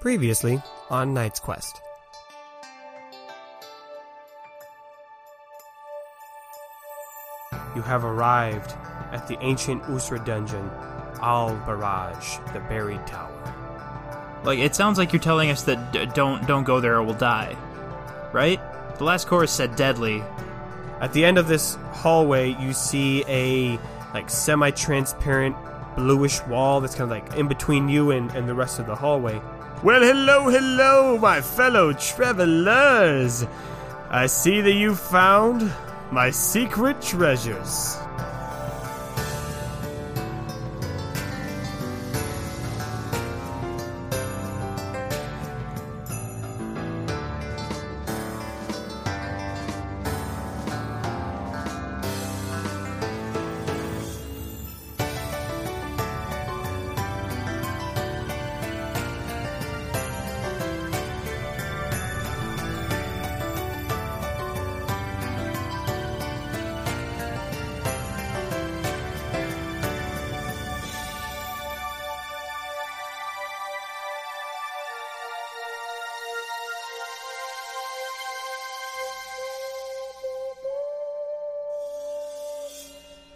Previously on Knight's Quest. You have arrived at the ancient Usra dungeon, Al Baraj, the buried tower. Like it sounds like you're telling us that d- don't don't go there or we'll die, right? The last chorus said deadly. At the end of this hallway, you see a like semi-transparent bluish wall that's kind of like in between you and, and the rest of the hallway. Well, hello, hello, my fellow travelers. I see that you found my secret treasures.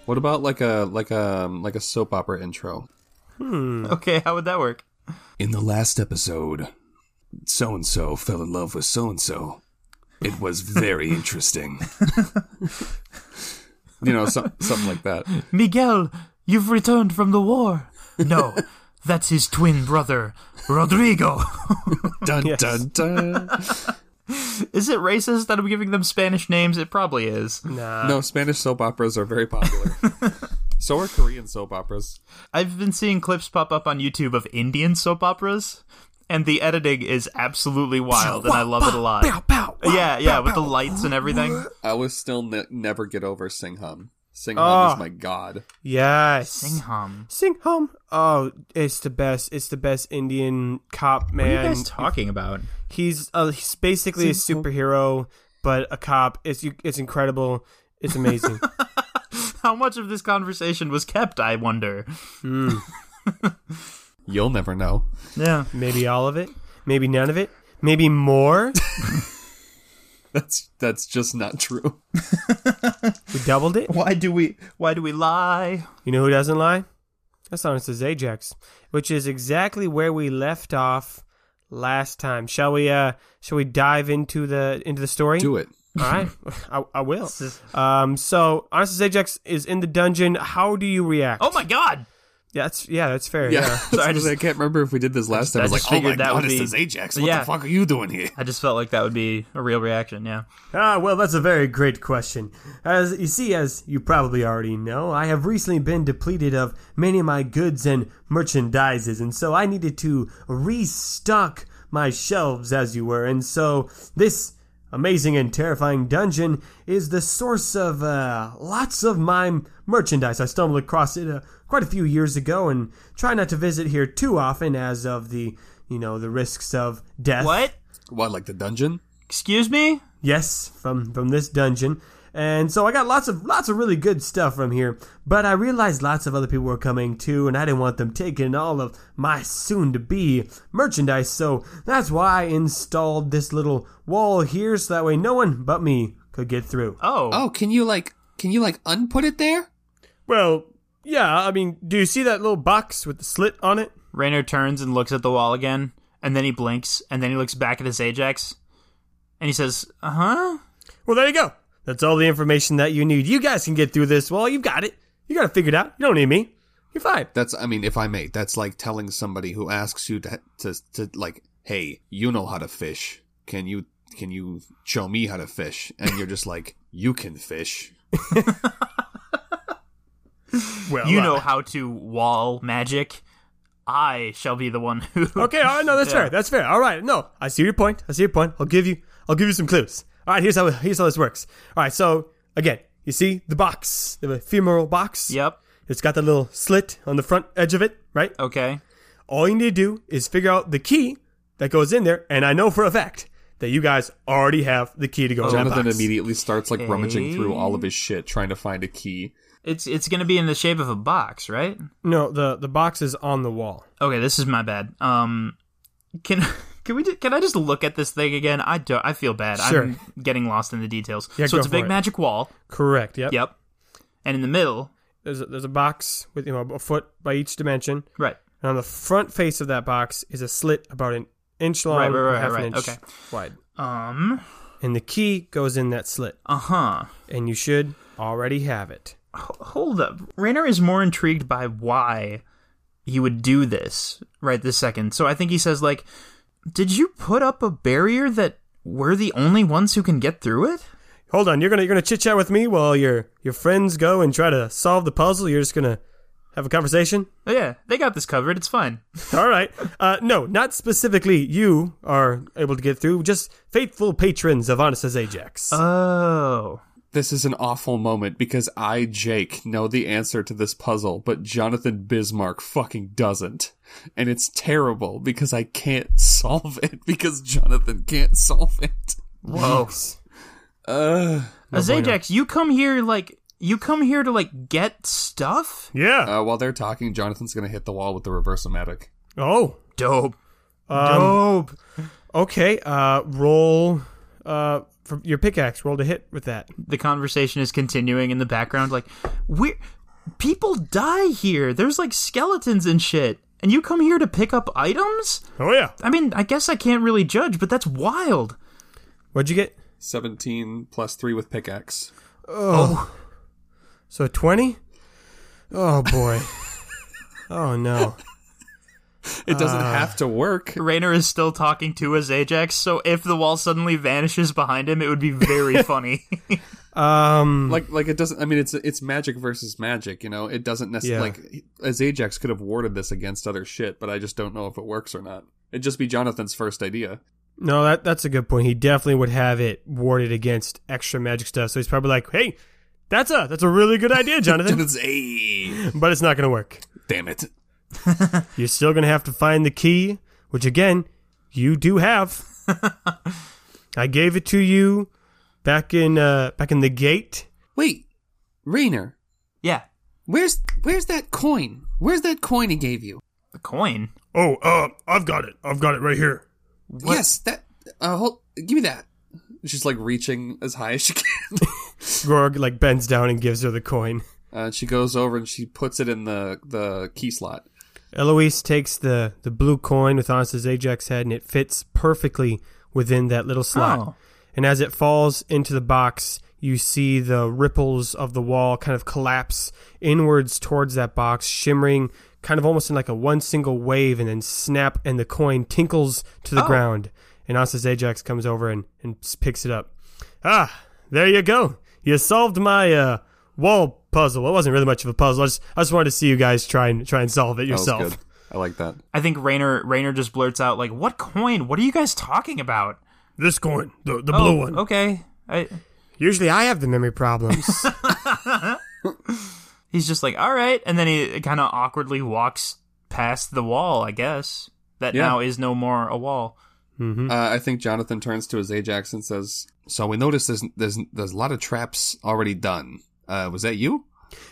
What about like a like a like a soap opera intro? Okay, how would that work? In the last episode, so and so fell in love with so and so. It was very interesting. you know, so, something like that. Miguel, you've returned from the war. No, that's his twin brother, Rodrigo. Dun Yes. dun dun. is it racist that I'm giving them Spanish names? It probably is. Nah. No, Spanish soap operas are very popular. so are Korean soap operas. I've been seeing clips pop up on YouTube of Indian soap operas, and the editing is absolutely wild, and I love it a lot. yeah, yeah, with the lights and everything. I will still ne- never get over Sing Hum. Sing Hum Ah. is my god. Yes. Sing hum. Sing home. Oh, it's the best. It's the best Indian cop What are man. you guys talking about? he's uh, he's basically a superhero, but a cop. It's you- it's incredible. It's amazing. How much of this conversation was kept, I wonder? You'll never know. Yeah. maybe all of it. Maybe none of it. Maybe more. That's that's just not true. We doubled it. Why do we why do we lie? You know who doesn't lie? That's honest as Ajax, which is exactly where we left off last time. Shall we? Uh, shall we dive into the into the story? Do it. All right, I, I will. is- Um, so honest as Ajax is in the dungeon. How do you react? Oh my god. yeah, that's yeah, that's fair. Yeah, yeah. Sorry, I I, just- can't remember if we did this last time. I I was like, just "Oh figured my that god, would this be- is Ajax. What Yeah. the fuck are you doing here?" I just felt like that would be a real reaction, yeah. Ah, well, that's a very great question. As you see, as you probably already know, I have recently been depleted of many of my goods and merchandises, and so I needed to restock my shelves, as you were, and so this amazing and terrifying dungeon is the source of uh, lots of my merchandise. I stumbled across it uh, quite a few years ago, and try not to visit here too often, as of the you know the risks of death. What? What, like the dungeon? Excuse me? Yes, from from this dungeon. And so I got lots of lots of really good stuff from here, but I realized lots of other people were coming too, and I didn't want them taking all of my soon-to-be merchandise. So that's why I installed this little wall here, so that way no one but me could get through. Oh. Oh, can you like can you like unput it there? Well, yeah, I mean, do you see that little box with the slit on it? Rainer turns and looks at the wall again, and then he blinks, and then he looks back at his Ajax, and he says, Uh huh? Well, there you go. That's all the information that you need. You guys can get through this wall. You've got it. You got it figured out. You don't need me. You're fine. That's I mean, if I may, that's like telling somebody who asks you to to, to like, "Hey, you know how to fish. Can you can you show me how to fish?" And you're just like, "You can fish." Well, You uh, know how to wall magic. I shall be the one who. Okay, all right, no, that's fair. That's fair. All right, no, I see your point. I see your point. I'll give you, I'll give you some clues. All right, here's how here's how this works. All right, so again, you see the box, the femoral box. Yep. It's got that little slit on the front edge of it, right? Okay. All you need to do is figure out the key that goes in there, and I know for a fact that you guys already have the key to go in that Jonathan box. immediately starts like rummaging through all of his shit, trying to find a key. It's it's gonna be in the shape of a box, right? No, the the box is on the wall. Okay, this is my bad. Um, Can can we ju- can I just look at this thing again? I don't. I feel bad. Sure. I'm getting lost in the details. Yeah, so go it's a for big it. magic wall. Correct. Yep. Yep. And in the middle, There's a, there's a box with you know a foot by each dimension, right. and on the front face of that box is a slit about an inch long, Right, right, right, and half right, an inch okay. wide, Um. and the key goes in that slit, Uh huh. and you should already have it. Hold up. Raynor is more intrigued by why he would do this right this second. So I think he says like, "Did you put up a barrier that we're the only ones who can get through it?" Hold on, you're gonna you're gonna chit chat with me while your your friends go and try to solve the puzzle. You're just gonna have a conversation. Oh, yeah, they got this covered. It's fine. All right. Uh, no, not specifically. You are able to get through. Just faithful patrons of Honest as Ajax. Oh. This is an awful moment because I, Jake, know the answer to this puzzle, but Jonathan Bismarck fucking doesn't. And it's terrible because I can't solve it because Jonathan can't solve it. Whoa. Uh, Azajax, you come here like you come here to like get stuff? yeah. uh, while they're talking, Jonathan's gonna hit the wall with the reversomatic. Oh. Dope. Um, Dope. okay. Uh, roll. Uh, for your pickaxe. Roll to hit with that. The conversation is continuing in the background like we people die here. There's like skeletons and shit. And you come here to pick up items? Oh yeah. I mean, I guess I can't really judge, but that's wild. What'd you get? 17 plus 3 with pickaxe. Oh. So twenty. Oh boy. oh no. It doesn't have to work. Raynor is still talking to Azajax, so if the wall suddenly vanishes behind him, it would be very funny. Um. Like like it doesn't I mean it's it's magic versus magic, you know. It doesn't necessarily like as Ajax could have warded this against other shit, but I just don't know if it works or not. It'd just be Jonathan's first idea. No, that that's a good point. He definitely would have it warded against extra magic stuff. So he's probably like, "Hey, that's a that's a really good idea, And Jonathan." it's a but it's not going to work. damn it. You're still going to have to find the key, which again, you do have. I gave it to you back in uh back in the gate. Wait. Rainer, yeah. where's where's that coin? Where's that coin he gave you? The coin. Oh, uh, I've got it. I've got it right here. What? Yes, that uh hold give me that. She's like reaching as high as she can. Gorg like bends down and gives her the coin. uh, she goes over and she puts it in the the key slot. Eloise takes the the blue coin with Honest's Ajax head, and it fits perfectly within that little slot. Oh. And as it falls into the box, you see the ripples of the wall kind of collapse inwards towards that box, shimmering kind of almost in like a one single wave, and then snap, and the coin tinkles to the Oh. ground. And Asa's Ajax comes over and, and s- picks it up. Ah, there you go. You solved my uh, wall puzzle. Well, it wasn't really much of a puzzle. I just, I just wanted to see you guys try and try and solve it That was yourself. Oh, good. I like that. I think Rainer Rainer just blurts out like, "What coin? What are you guys talking about?" This coin, the, the oh, Okay. I, Usually I have the memory problems. he's just like, "All right," and then he kind of awkwardly walks past the wall. I guess that Yeah. now is no more a wall. Uh, I think Jonathan turns to his Ajax and says, "So we noticed there's there's there's a lot of traps already done. Uh, was that you?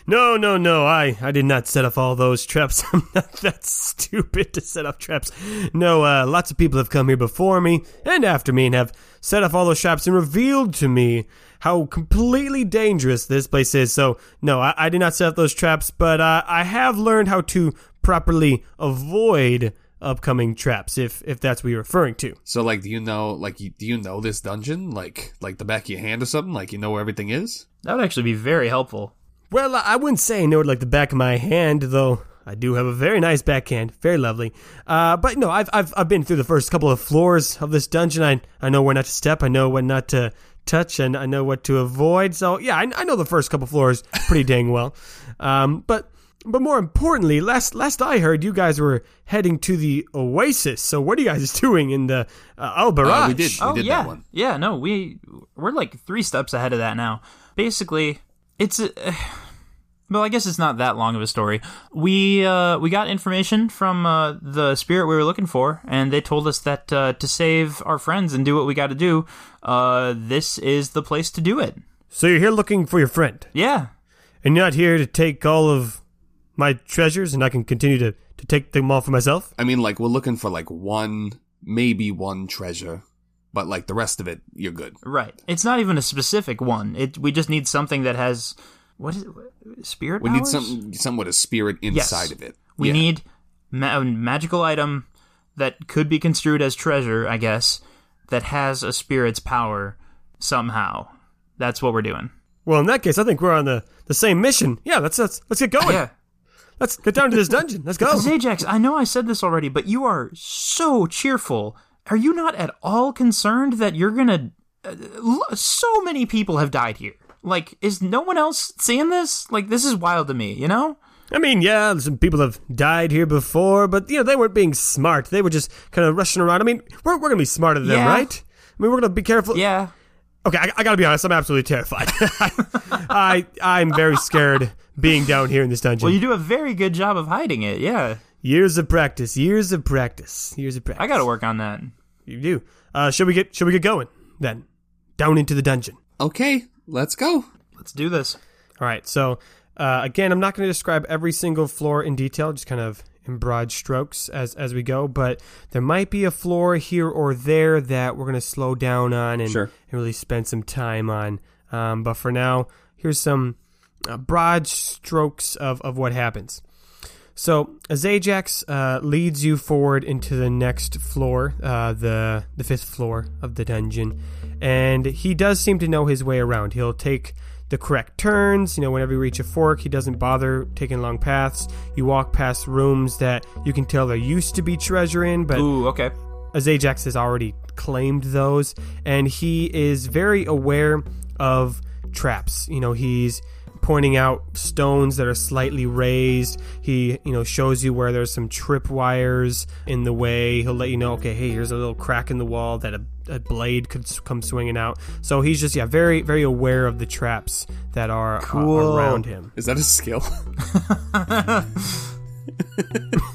No, no, no. I, I did not set up all those traps. I'm not that stupid to set up traps. No, uh, lots of people have come here before me and after me and have set up all those traps and revealed to me how completely dangerous this place is. So, no, I, I did not set up those traps, but uh, I have learned how to properly avoid upcoming traps, if, if that's what you're referring to. So like, do you know like you, do you know this dungeon like like the back of your hand or something? Like you know where everything is? That would actually be very helpful. Well, I- I wouldn't say I know it like the back of my hand, though. I do have a very nice backhand, very lovely. Uh, but no, I've, I've I've been through the first couple of floors of this dungeon. I I know where not to step. I know when not to touch, and I know what to avoid. So yeah, I, I know the first couple floors pretty dang well. Um, but but more importantly, last last I heard, you guys were heading to the oasis. So what are you guys doing in the uh, Albaraj? Uh, we did we oh did yeah, that one. yeah. No, we we're like three steps ahead of that now. Basically, it's a, well, I guess it's not that long of a story. We uh, we got information from uh, the spirit we were looking for, and they told us that uh, to save our friends and do what we got to do, uh, this is the place to do it. So you're here looking for your friend. Yeah, and you're not here to take all of my treasures and I can continue to, to take them all for myself? I mean, like we're looking for like one maybe one treasure, but like the rest of it, you're good. Right. It's not even a specific one. It we just need something that has what is it? spirit. We need powers? something, something with a spirit Yes. inside of it. We Yeah. need ma- a magical item that could be construed as treasure, I guess, that has a spirit's power somehow. That's what we're doing. Well, in that case, I think we're on the, the same mission. Yeah, let's let's let's get going. Yeah. Let's get down to this dungeon. Let's go. Zajax, I know I said this already, but you are so cheerful. Are you not at all concerned that you're gonna? Uh, l- so many people have died here. Like, is no one else seeing this? Like, this is wild to me. You know? I mean, yeah, some people have died here before, but you know they weren't being smart. They were just kind of rushing around. I mean, we're we're gonna be smarter than them, Yeah. right? I mean, we're gonna be careful. Yeah. Okay, I, I gotta be honest. I'm absolutely terrified. I I'm very scared being down here in this dungeon. Well, you do a very good job of hiding it. Yeah. years of practice. Years of practice. Years of practice. I gotta work on that. You do. Uh, should we get should we get going then? Down into the dungeon. Okay, let's go. Let's do this. All right. So uh, again, I'm not going to describe every single floor in detail, just kind of in broad strokes as as we go. But there might be a floor here or there that we're going to slow down on and, Sure. and really spend some time on. Um, but for now, here's some uh, broad strokes of of what happens. So as Ajax uh, leads you forward into the next floor, uh, the the fifth floor of the dungeon, and he does seem to know his way around. He'll take the correct turns. You know, whenever you reach a fork, he doesn't bother taking long paths. You walk past rooms that you can tell there used to be treasure in, but Ooh. Okay. as Ajax has already claimed those, and he is very aware of traps. You know, he's pointing out stones that are slightly raised. He, you know, shows you where there's some trip wires in the way. He'll let you know, okay, hey, here's a little crack in the wall that a, a blade could s- come swinging out. So he's just, yeah, very, very aware of the traps that are, are Cool. around him. Is that a skill?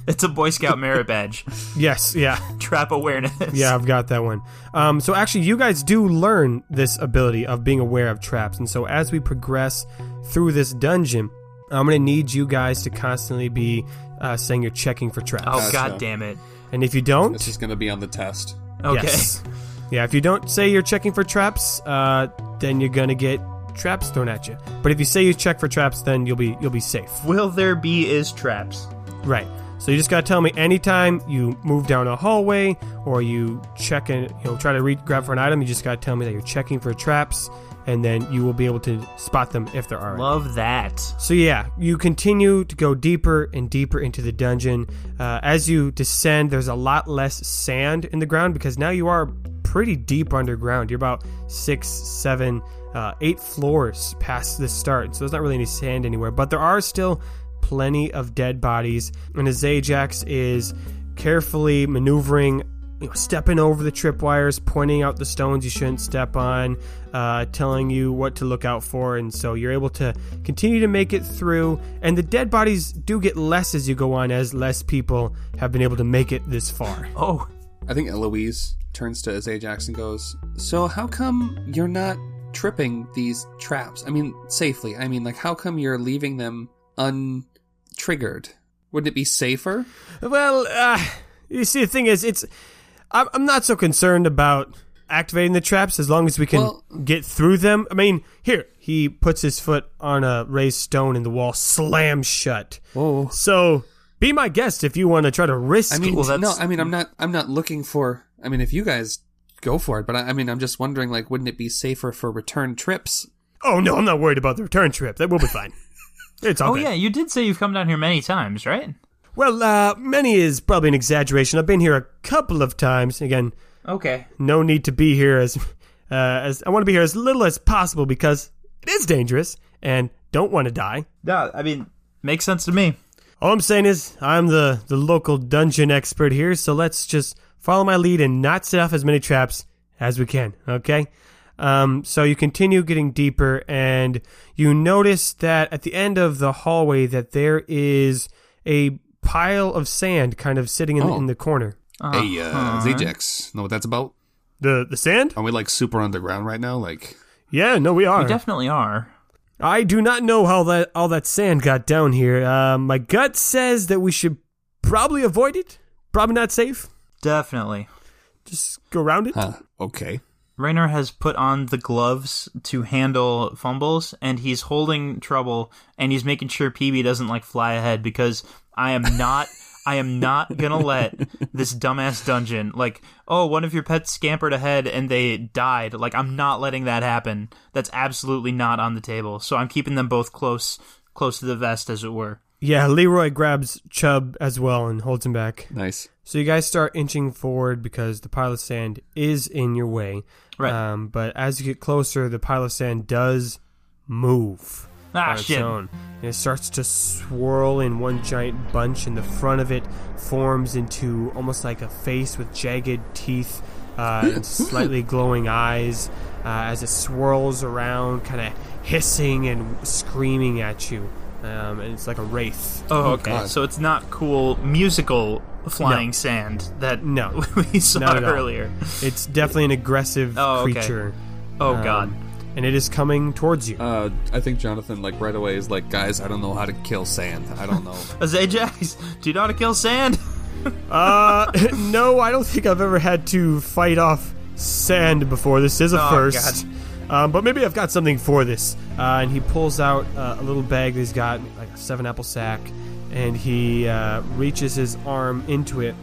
It's a Boy Scout merit badge. Yes, yeah. Trap awareness. Yeah, I've got that one. Um, so actually, you guys do learn this ability of being aware of traps, and so as we progress through this dungeon, I'm gonna need you guys to constantly be uh, saying you're checking for traps, Oh Gotcha. god damn it. and if you don't, This is going to be on the test. Okay. yes. yeah, if you don't say you're checking for traps, uh, then you're gonna get traps thrown at you. But if you say you check for traps, then you'll be you'll be safe. Will there be is traps? Right. So you just gotta tell me anytime you move down a hallway or you check in, you know, try to re- grab for an item. You just gotta tell me that you're checking for traps, and then you will be able to spot them if there are. any. Love that. So yeah, you continue to go deeper and deeper into the dungeon. Uh, as you descend, there's a lot less sand in the ground because now you are pretty deep underground. You're about six, seven, uh, eight floors past the start, so there's not really any sand anywhere. But there are still plenty of dead bodies, and as Ajax is carefully maneuvering you know, stepping over the tripwires, pointing out the stones you shouldn't step on, uh, telling you what to look out for, and so you're able to continue to make it through. And the dead bodies do get less as you go on, as less people have been able to make it this far. Oh. I think Eloise turns to Isaiah Jackson and goes, So, how come you're not tripping these traps? I mean, safely. I mean, like, how come you're leaving them untriggered? Wouldn't it be safer? Well, uh, you see, the thing is, it's I'm, I'm not so concerned about activating the traps as long as we can Well- get through them. I mean, here he puts his foot on a raised stone, and the wall slams shut. Whoa. Oh. So. Be my guest if you want to try to risk I mean, Well, no, that's- I mean, I'm not, I'm not looking for, I mean, if you guys go for it, but I, I mean, I'm just wondering, like, wouldn't it be safer for return trips? Oh no, I'm not worried about the return trip. That will be fine. It's all Oh good. yeah, you did say you've come down here many times, right? Well, uh, many is probably an exaggeration. I've been here a couple of times. Again, Okay. no need to be here as, uh, as I want to be here as little as possible because it is dangerous and don't want to die. No, I mean makes sense to me. All I'm saying is I'm the the local dungeon expert here, so let's just follow my lead and not set off as many traps as we can. Okay. Um, so you continue getting deeper, and you notice that at the end of the hallway that there is a pile of sand kind of sitting in, the, Oh. in the corner. Hey, uh, Zajax, know what that's about? The the sand? Are we like super underground right now? Like, Yeah, no, we are. We definitely are. I do not know how that all that sand got down here. Uh, my gut says that we should probably avoid it. Probably not safe. Definitely. Just go around it. Huh. Okay. Raynor has put on the gloves to handle fumbles, and he's holding trouble, and he's making sure PB doesn't like fly ahead because I am not. I am not gonna let this dumbass dungeon like oh one of your pets scampered ahead and they died like I'm not letting that happen that's absolutely not on the table so I'm keeping them both close close to the vest as it were Yeah, Leroy grabs Chubb as well and holds him back. Nice. So you guys start inching forward because the pile of sand is in your way. Right. Um, but as you get closer, the pile of sand does move. ah on its shit own. And it starts to swirl in one giant bunch, and the front of it forms into almost like a face with jagged teeth uh, and slightly glowing eyes uh, as it swirls around, kind of hissing and screaming at you. Um, and it's like a wraith. oh okay God. so it's not cool musical flying sand that No. we saw Not at all. earlier It's definitely an aggressive Oh, okay. creature. oh Um, god And it is coming towards you. Uh, I think Jonathan, like right away, is like, guys, I don't know how to kill sand. I don't know. As Ajax, do you know how to kill sand? Uh, no, I don't think I've ever had to fight off sand before. This is a Oh, first. Um, but maybe I've got something for this. Uh, and he pulls out uh, a little bag that he's got, like a seven apple sack, and he uh, reaches his arm into it,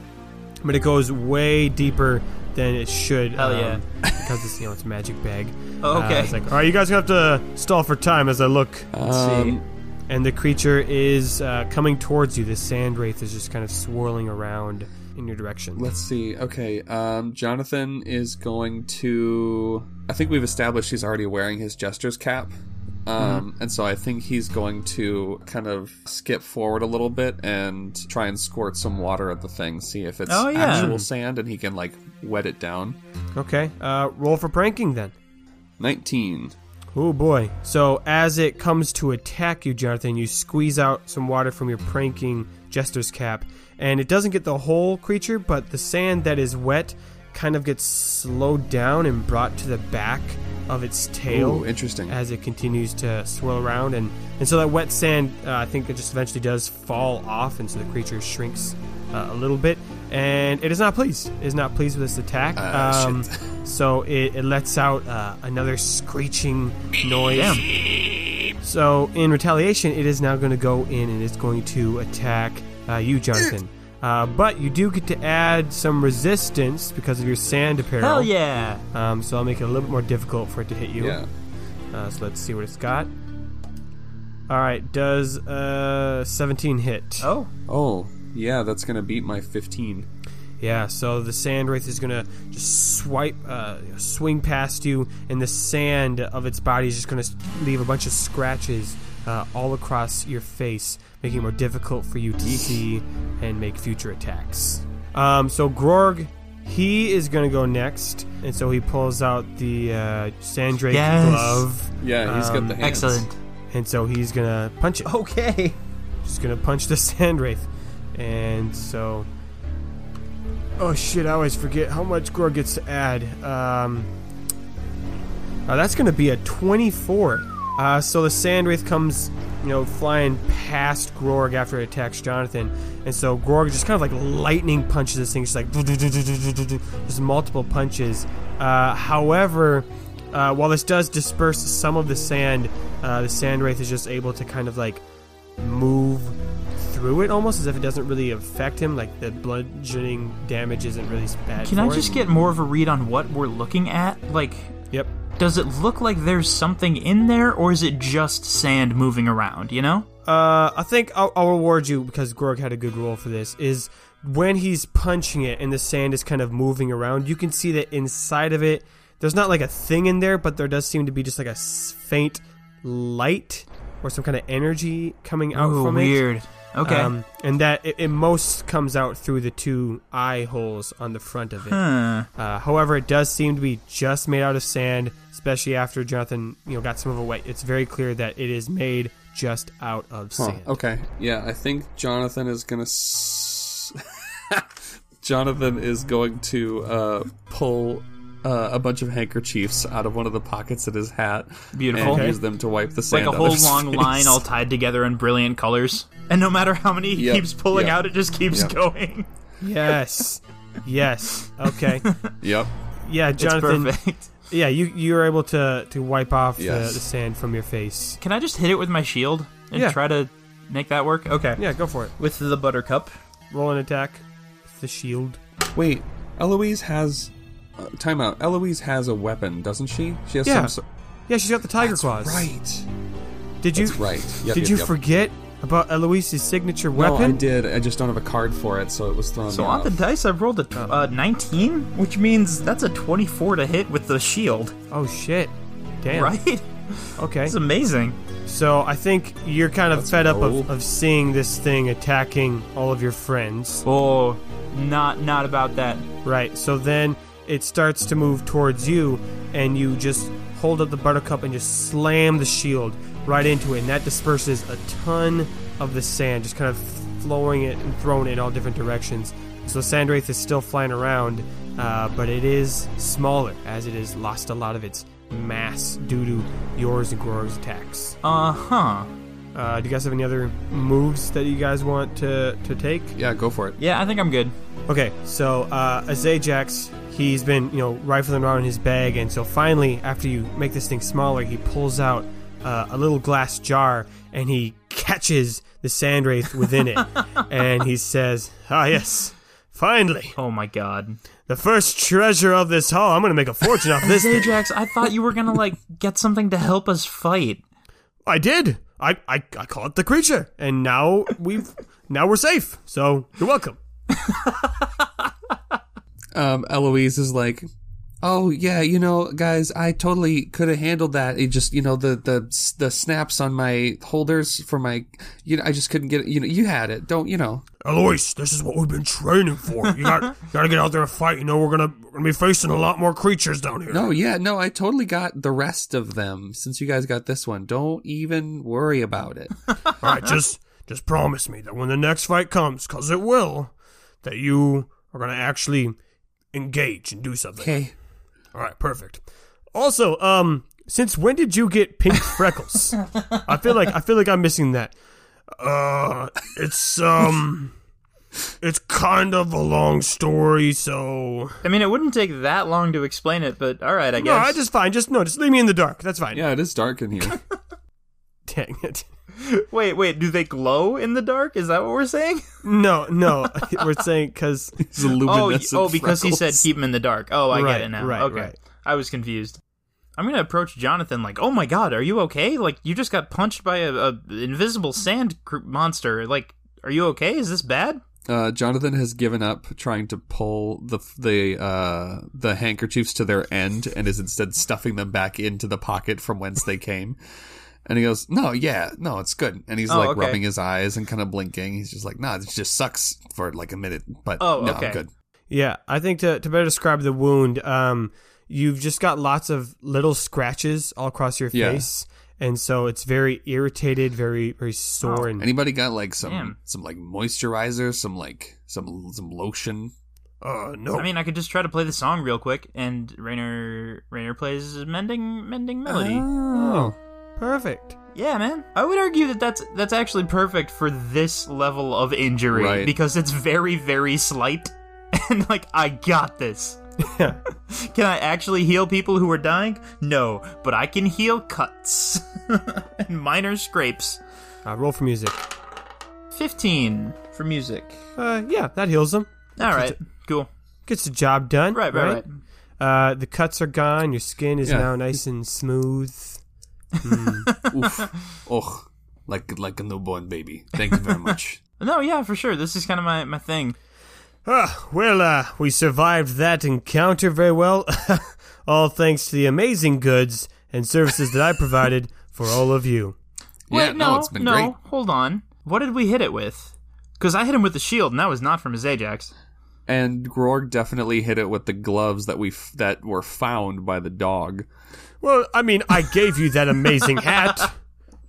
but it goes way deeper than it should. um, Hell yeah. Because it's you know it's a magic bag. Oh, okay. Uh, it's like all right, you guys are gonna have to stall for time as I look Um, and the creature is uh, coming towards you. The sand wraith is just kind of swirling around in your direction. Let's see. Okay. Um, Jonathan is going to. I think we've established he's already wearing his jester's cap. Um, Mm-hmm. And so I think he's going to kind of skip forward a little bit and try and squirt some water at the thing, see if it's Oh, yeah. actual sand, and he can like wet it down. Okay, uh, roll for pranking then. Nineteen. Oh boy. So as it comes to attack you, Jonathan, you squeeze out some water from your pranking jester's cap, and it doesn't get the whole creature, but the sand that is wet kind of gets slowed down and brought to the back of its tail. Ooh, interesting. as it continues to swirl around and, and so that wet sand uh, i think it just eventually does fall off and so the creature shrinks uh, a little bit and it is not pleased it is not pleased with this attack Um, Ah, shit. so it, it lets out uh, another screeching noise so in retaliation it is now going to go in and it's going to attack uh, you jonathan uh, but you do get to add some resistance because of your sand apparel Hell yeah! um, so i'll make it a little bit more difficult for it to hit you Yeah. uh, so let's see what it's got. All right, does uh 17 hit? Oh, Oh, yeah. That's gonna beat my fifteen. Yeah, so the sand wraith is gonna just swipe, uh, swing past you, and the sand of its body is just gonna s- leave a bunch of scratches uh, all across your face, making it more difficult for you to see and make future attacks. Um, so Grog, he is gonna go next, and so he pulls out the uh, sand wraith Yes. glove, Yeah, he's Um, got the hands. excellent. and so he's gonna punch it. Okay. Just gonna punch the sand wraith. And so. Oh shit, I always forget how much Gore gets to add. Um, uh, that's gonna be a 24. Uh, so the sand wraith comes, you know, flying past Gorg after it attacks Jonathan, and so Gorg just kind of like lightning punches this thing, just like just multiple punches. Uh, however, uh, while this does disperse some of the sand, uh, the sand wraith is just able to kind of like move through it almost as if it doesn't really affect him. Like the bludgeoning damage isn't really bad. Can I for it. just get more of a read on what we're looking at? Like, Yep. does it look like there's something in there, or is it just sand moving around, you know? Uh, I think I'll, I'll reward you because Gorg had a good role for this. Is when he's punching it and the sand is kind of moving around, you can see that inside of it, there's not like a thing in there, but there does seem to be just like a s- faint light or some kind of energy coming out Ooh, from it. Oh, weird. Okay. Um, and that it, it most comes out through the two eye holes on the front of it. huh. Uh, however, it does seem to be just made out of sand, especially after Jonathan, you know, got some of it wet. It's very clear that it is made just out of Huh, sand. okay. Yeah, I think Jonathan is gonna. S- Jonathan is going to uh, pull uh, a bunch of handkerchiefs out of one of the pockets of his hat. Beautiful. And Okay. use them to wipe the Like sand. a out of whole his long face. line all tied together in brilliant colors. And no matter how many he Yep, keeps pulling yep, out, it just keeps yep. going. Yes. Yes. Okay. Yep. Yeah, It's Jonathan. perfect. Yeah, you you're able to to wipe off Yes. the, the sand from your face. Can I just hit it with my shield and Yeah. try to make that work? Okay. Yeah, go for it. With the buttercup. Roll an attack. With the shield. Wait, Eloise has. Uh, time out. Eloise has a weapon, doesn't she? She has Yeah. some. sor- Yeah, she's got the tiger That's claws. Right. Did you? That's right. Yep, did yep, you yep. forget about Eloise's signature weapon? No, I did. I just don't have a card for it, so it was thrown. So me on the off. dice, I've rolled a tw- uh, 19, which means that's a 24 to hit with the shield, Oh shit. Damn. right? Okay. It's amazing. So I think you're kind of fed up roll. of, of seeing this thing attacking all of your friends. Oh, not not about that. Right. So then it starts to move towards you, and you just hold up the buttercup and just slam the shield right into it, and that disperses a ton of the sand, just kind of flowing it and thrown in all different directions. So Sandraith is still flying around, uh, but it is smaller as it has lost a lot of its mass due to yours and Goror's attacks. Uh huh. Uh, do you guys have any other moves that you guys want to, to take? Yeah, go for it. Yeah, I think I'm good. Okay, so uh, as Ajax, he's been you know rifling around in his bag, and so finally, after you make this thing smaller, he pulls out uh, a little glass jar and he catches the sand wraith within it, and he says, "Ah, yes." Finally, Oh my god. the first treasure of this haul. I'm gonna make a fortune off this. thing." Ajax, I thought you were gonna like get something to help us fight. I did. I, I I caught the creature, and now we've now we're safe. So you're welcome. um, Eloise is like, "Oh yeah, you know, guys, I totally could have handled that. It just, you know, the the the snaps on my holders for my, you know, I just couldn't get it. You know, you had it. Don't you know? Eloise, this is what we've been training for. You got, you got to get out there and fight. You know, we're gonna, we're gonna be facing a lot more creatures down here. No, yeah, no, I totally got the rest of them since you guys got this one. Don't even worry about it. All right, just, just promise me that when the next fight comes, cause it will, that you are gonna actually engage and do something. Okay, All right, perfect. Also, um, since when did you get pink freckles? I feel like I feel like I'm missing that. Uh, it's um, it's kind of a long story, so I mean, it wouldn't take that long to explain it, but all right, I guess. no, I just fine. Just no, just leave me in the dark. That's fine. yeah, it is dark in here. Dang it. wait, wait. Do they glow in the dark? Is that what we're saying? No, no. We're saying because It's Oh, y- luminescent oh, because he said freckles. keep him in the dark. Oh, I Right, get it now. right, okay, right. I was confused. I'm gonna approach Jonathan like, "Oh my God, are you okay? Like, you just got punched by a, a invisible sand cr- monster. Like, are you okay? Is this bad?" uh, Jonathan has given up trying to pull the the uh, the handkerchiefs to their end and is instead stuffing them back into the pocket from whence they came. And he goes, "No, yeah, no, it's good." And he's Oh, like okay. rubbing his eyes and kind of blinking. He's just like, "No, nah, it just sucks for like a minute, but Oh, no, okay. I'm good." yeah, I think to to better describe the wound, um, you've just got lots of little scratches all across your Yeah. face, and so it's very irritated, very very sore, and Anybody got like some Damn. some like moisturizer, some like some some lotion? uh, no. I mean, I could just try to play the song real quick, and Rainer Rainer plays mending mending melody. Uh, Oh, Perfect. yeah, man. I would argue that that's that's actually perfect for this level of injury Right. because it's very very slight, and like I got this. Yeah. Can I actually heal people who are dying? No, but I can heal cuts and minor scrapes. Uh, roll for music. 15 for music. Uh, yeah, that heals them. All right, cool. Gets the job done. Right, right, right. Uh, the cuts are gone. Your skin is Yeah. now nice and smooth. oof, oh, like like a newborn baby. Thank you very much. No, yeah, for sure. This is kind of my, my thing. Ah, well, uh, we survived that encounter very well, all thanks to the amazing goods and services that I provided for all of you. yeah, Wait, no, it's been no, great. hold on. What did we hit it with? Because I hit him with the shield, and that was not from his Ajax. and Grog definitely hit it with the gloves that we f- that were found by the dog. Well, I mean, I gave you that amazing hat.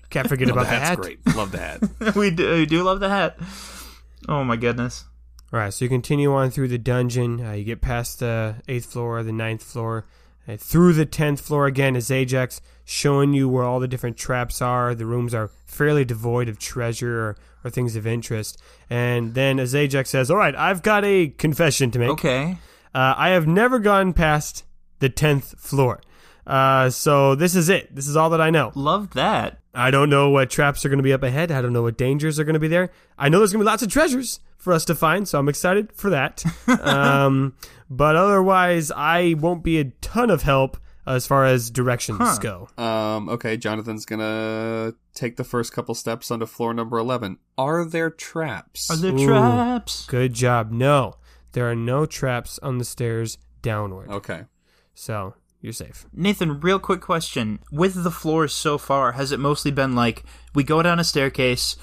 Can't forget about the That's hat. great. Love that. we, do, we do love the hat. Oh, my goodness. All right, so you continue on through the dungeon. Uh, you get past the eighth floor, the ninth floor, And through the 10th floor again is Ajax, showing you where all the different traps are. The rooms are fairly devoid of treasure or, or things of interest. And then as Ajax says, All right, I've got a confession to make. Okay. Uh, I have never gone past the 10th floor. Uh, so this is it. This is all that I know. Love that. I don't know what traps are going to be up ahead. I don't know what dangers are going to be there. I know there's going to be lots of treasures for us to find, so I'm excited for that. um, but otherwise, I won't be a ton of help as far as directions go. Um, okay, Jonathan's gonna take the first couple steps onto floor number 11. Are there traps? Are there traps? Good job. No, there are no traps on the stairs downward. okay. So you're safe. Nathan, real quick question. With the floors so far, has it mostly been like we go down a staircase,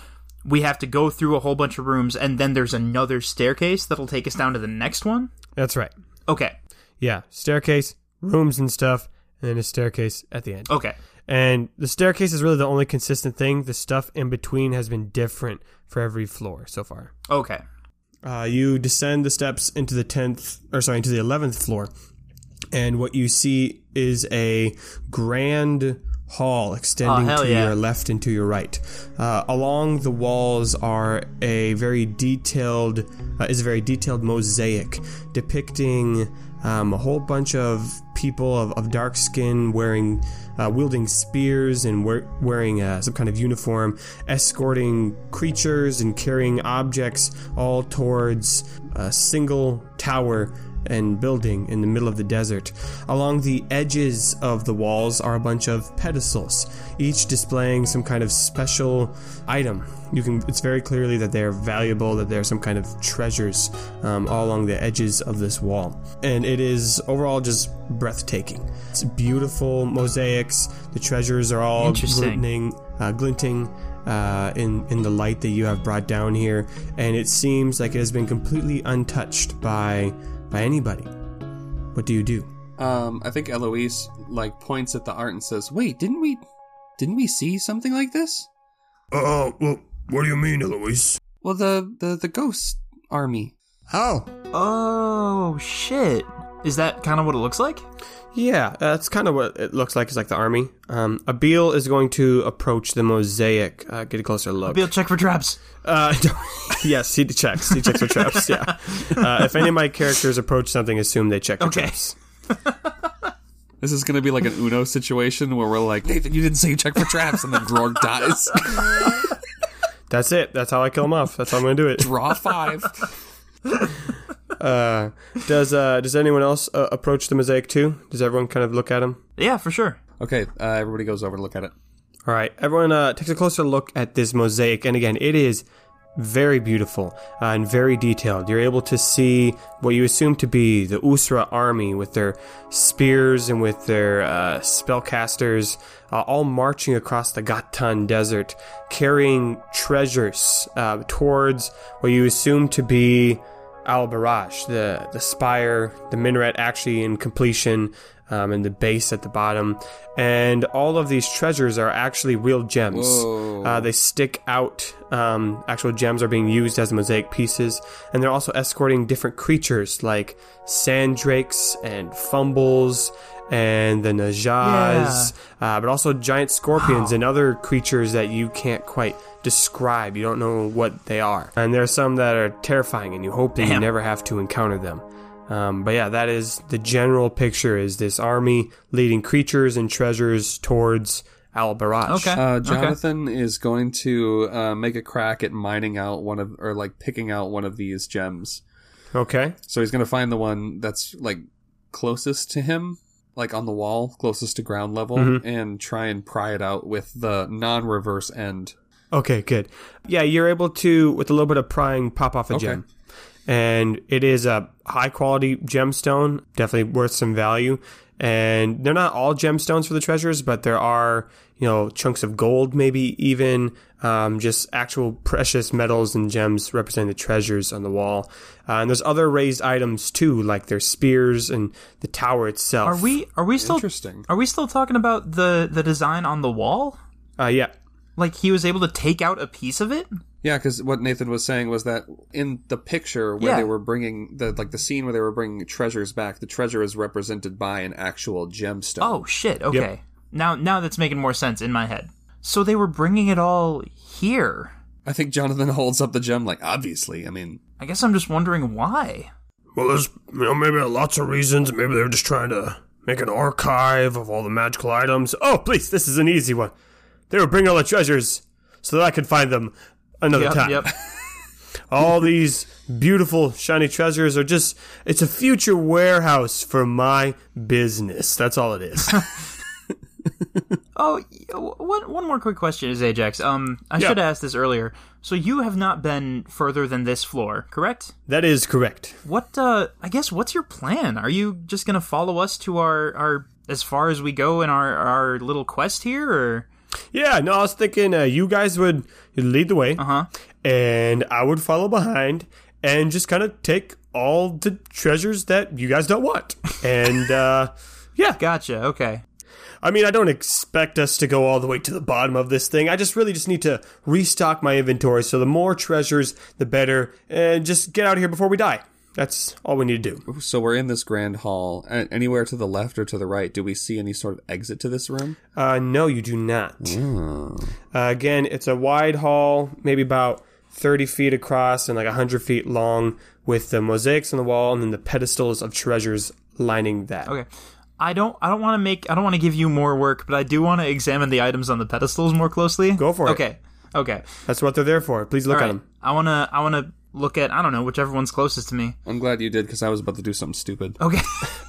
we have to go through a whole bunch of rooms, and then there's another staircase that'll take us down to the next one? That's right. Okay. Yeah, staircase, rooms and stuff, and then a staircase at the end. Okay. And the staircase is really the only consistent thing. The stuff in between has been different for every floor so far. Okay. Uh, you descend the steps into the 10th, or sorry, into the 11th floor. And what you see is a grand hall extending Oh, hell to yeah. your left and to your right. Uh, along the walls are a very detailed, uh, is a very detailed mosaic depicting um, a whole bunch of people of, of dark skin wearing, uh, wielding spears and wear, wearing uh, some kind of uniform, escorting creatures and carrying objects all towards a single tower and building in the middle of the desert. Along the edges of the walls are a bunch of pedestals, each displaying some kind of special item. You can it's very clearly that they're valuable, that they're some kind of treasures um, all along the edges of this wall. And it is overall just breathtaking. It's beautiful mosaics. The treasures are all Interesting. glinting, uh, glinting uh, in in the light that you have brought down here, and it seems like it has been completely untouched by by anybody. What do you do? Um, I think Eloise, like, points at the art and says, wait, didn't we, didn't we see something like this? Oh, well, what do you mean, Eloise? Well, the, the, the ghost army. How? Oh, shit. Is that kind of what it looks like? Yeah, uh, that's kind of what it looks like. It's like the army. Um, Abil is going to approach the mosaic, uh, get a closer look. Be able to check for traps. Uh, yes, he checks. He checks for traps. Yeah. Uh, if any of my characters approach something, assume they check for Okay. traps. This is gonna be like an Uno situation where we're like, Nathan, you didn't say you check for traps, and then Grog dies. That's it. That's how I kill him off. That's how I'm going to do it. Draw five. Uh, does uh, Does anyone else uh, approach the mosaic too? Does everyone kind of look at him? Yeah, for sure. Okay, uh, everybody goes over to look at it. All right, everyone uh, takes a closer look at this mosaic, and again, it is very beautiful uh, and very detailed. You're able to see what you assume to be the Usra army with their spears and with their uh, spellcasters, uh, all marching across the Gatun desert, carrying treasures uh, towards what you assume to be Al Baraj, the, the spire, the minaret actually in completion, um, and the base at the bottom. And all of these treasures are actually real gems. Uh, they stick out. Um, actual gems are being used as mosaic pieces. And they're also escorting different creatures like sand drakes and fumbles and the Najaz, uh, but also giant scorpions and other creatures that you can't quite describe. You don't know what they are. And there are some that are terrifying, and you hope that you Damn. never have to encounter them. Um, but yeah, that is the general picture: is this army leading creatures and treasures towards Al Baraj? Okay. Uh, Jonathan is going to uh, make a crack at mining out one of, or like picking out one of these gems. Okay. So he's gonna find the one that's like closest to him, like on the wall, closest to ground level, Mm-hmm. and try and pry it out with the non-reverse end. Okay, good. Yeah, you're able to, with a little bit of prying, pop off a Okay. gem. And it is a high quality gemstone, definitely worth some value. And they're not all gemstones for the treasures, but there are, you know, chunks of gold, maybe even um, just actual precious metals and gems representing the treasures on the wall. Uh, and there's other raised items too, like their spears and the tower itself. Are we are we still Interesting. Are we still talking about the the design on the wall? Uh, yeah. Like he was able to take out a piece of it? Yeah, because what Nathan was saying was that in the picture where Yeah. they were bringing the like the scene where they were bringing treasures back, the treasure is represented by an actual gemstone. Oh shit. Okay. Now now that's making more sense in my head. So they were bringing it all here. I think Jonathan holds up the gem like obviously. I mean, I guess I'm just wondering why. Well, there's you know maybe lots of reasons. Maybe they're just trying to make an archive of all the magical items. Oh, please, this is an easy one. They were bringing all the treasures so that I could find them another Yep, time. yep. All these beautiful, shiny treasures are just, it's a future warehouse for my business. That's all it is. Oh, y- w- one one more quick question is Ajax. Um, I Yeah. should have asked this earlier. So you have not been further than this floor, correct? that is correct. What uh, I guess what's your plan? Are you just gonna follow us to our our as far as we go in our our little quest here, or Yeah, no, I was thinking uh, you guys would lead the way, uh-huh. and I would follow behind and just kind of take all the treasures that you guys don't want. And uh, yeah, gotcha? Okay. I mean, I don't expect us to go all the way to the bottom of this thing. I just really just need to restock my inventory, so the more treasures, the better, and just get out of here before we die. That's all we need to do. so we're in this grand hall. A- Anywhere to the left or to the right, do we see any sort of exit to this room? Uh, no, you do not. Hmm. Uh, again, it's a wide hall, maybe about 30 feet across and like 100 feet long, with the mosaics on the wall and then the pedestals of treasures lining that. Okay. I don't I don't want to make I don't want to give you more work, but I do want to examine the items on the pedestals more closely. Go for it. Okay. Okay. That's what they're there for. Please look All at right. them. I want to I want to look at I don't know, whichever one's closest to me. I'm glad you did because I was about to do something stupid. Okay.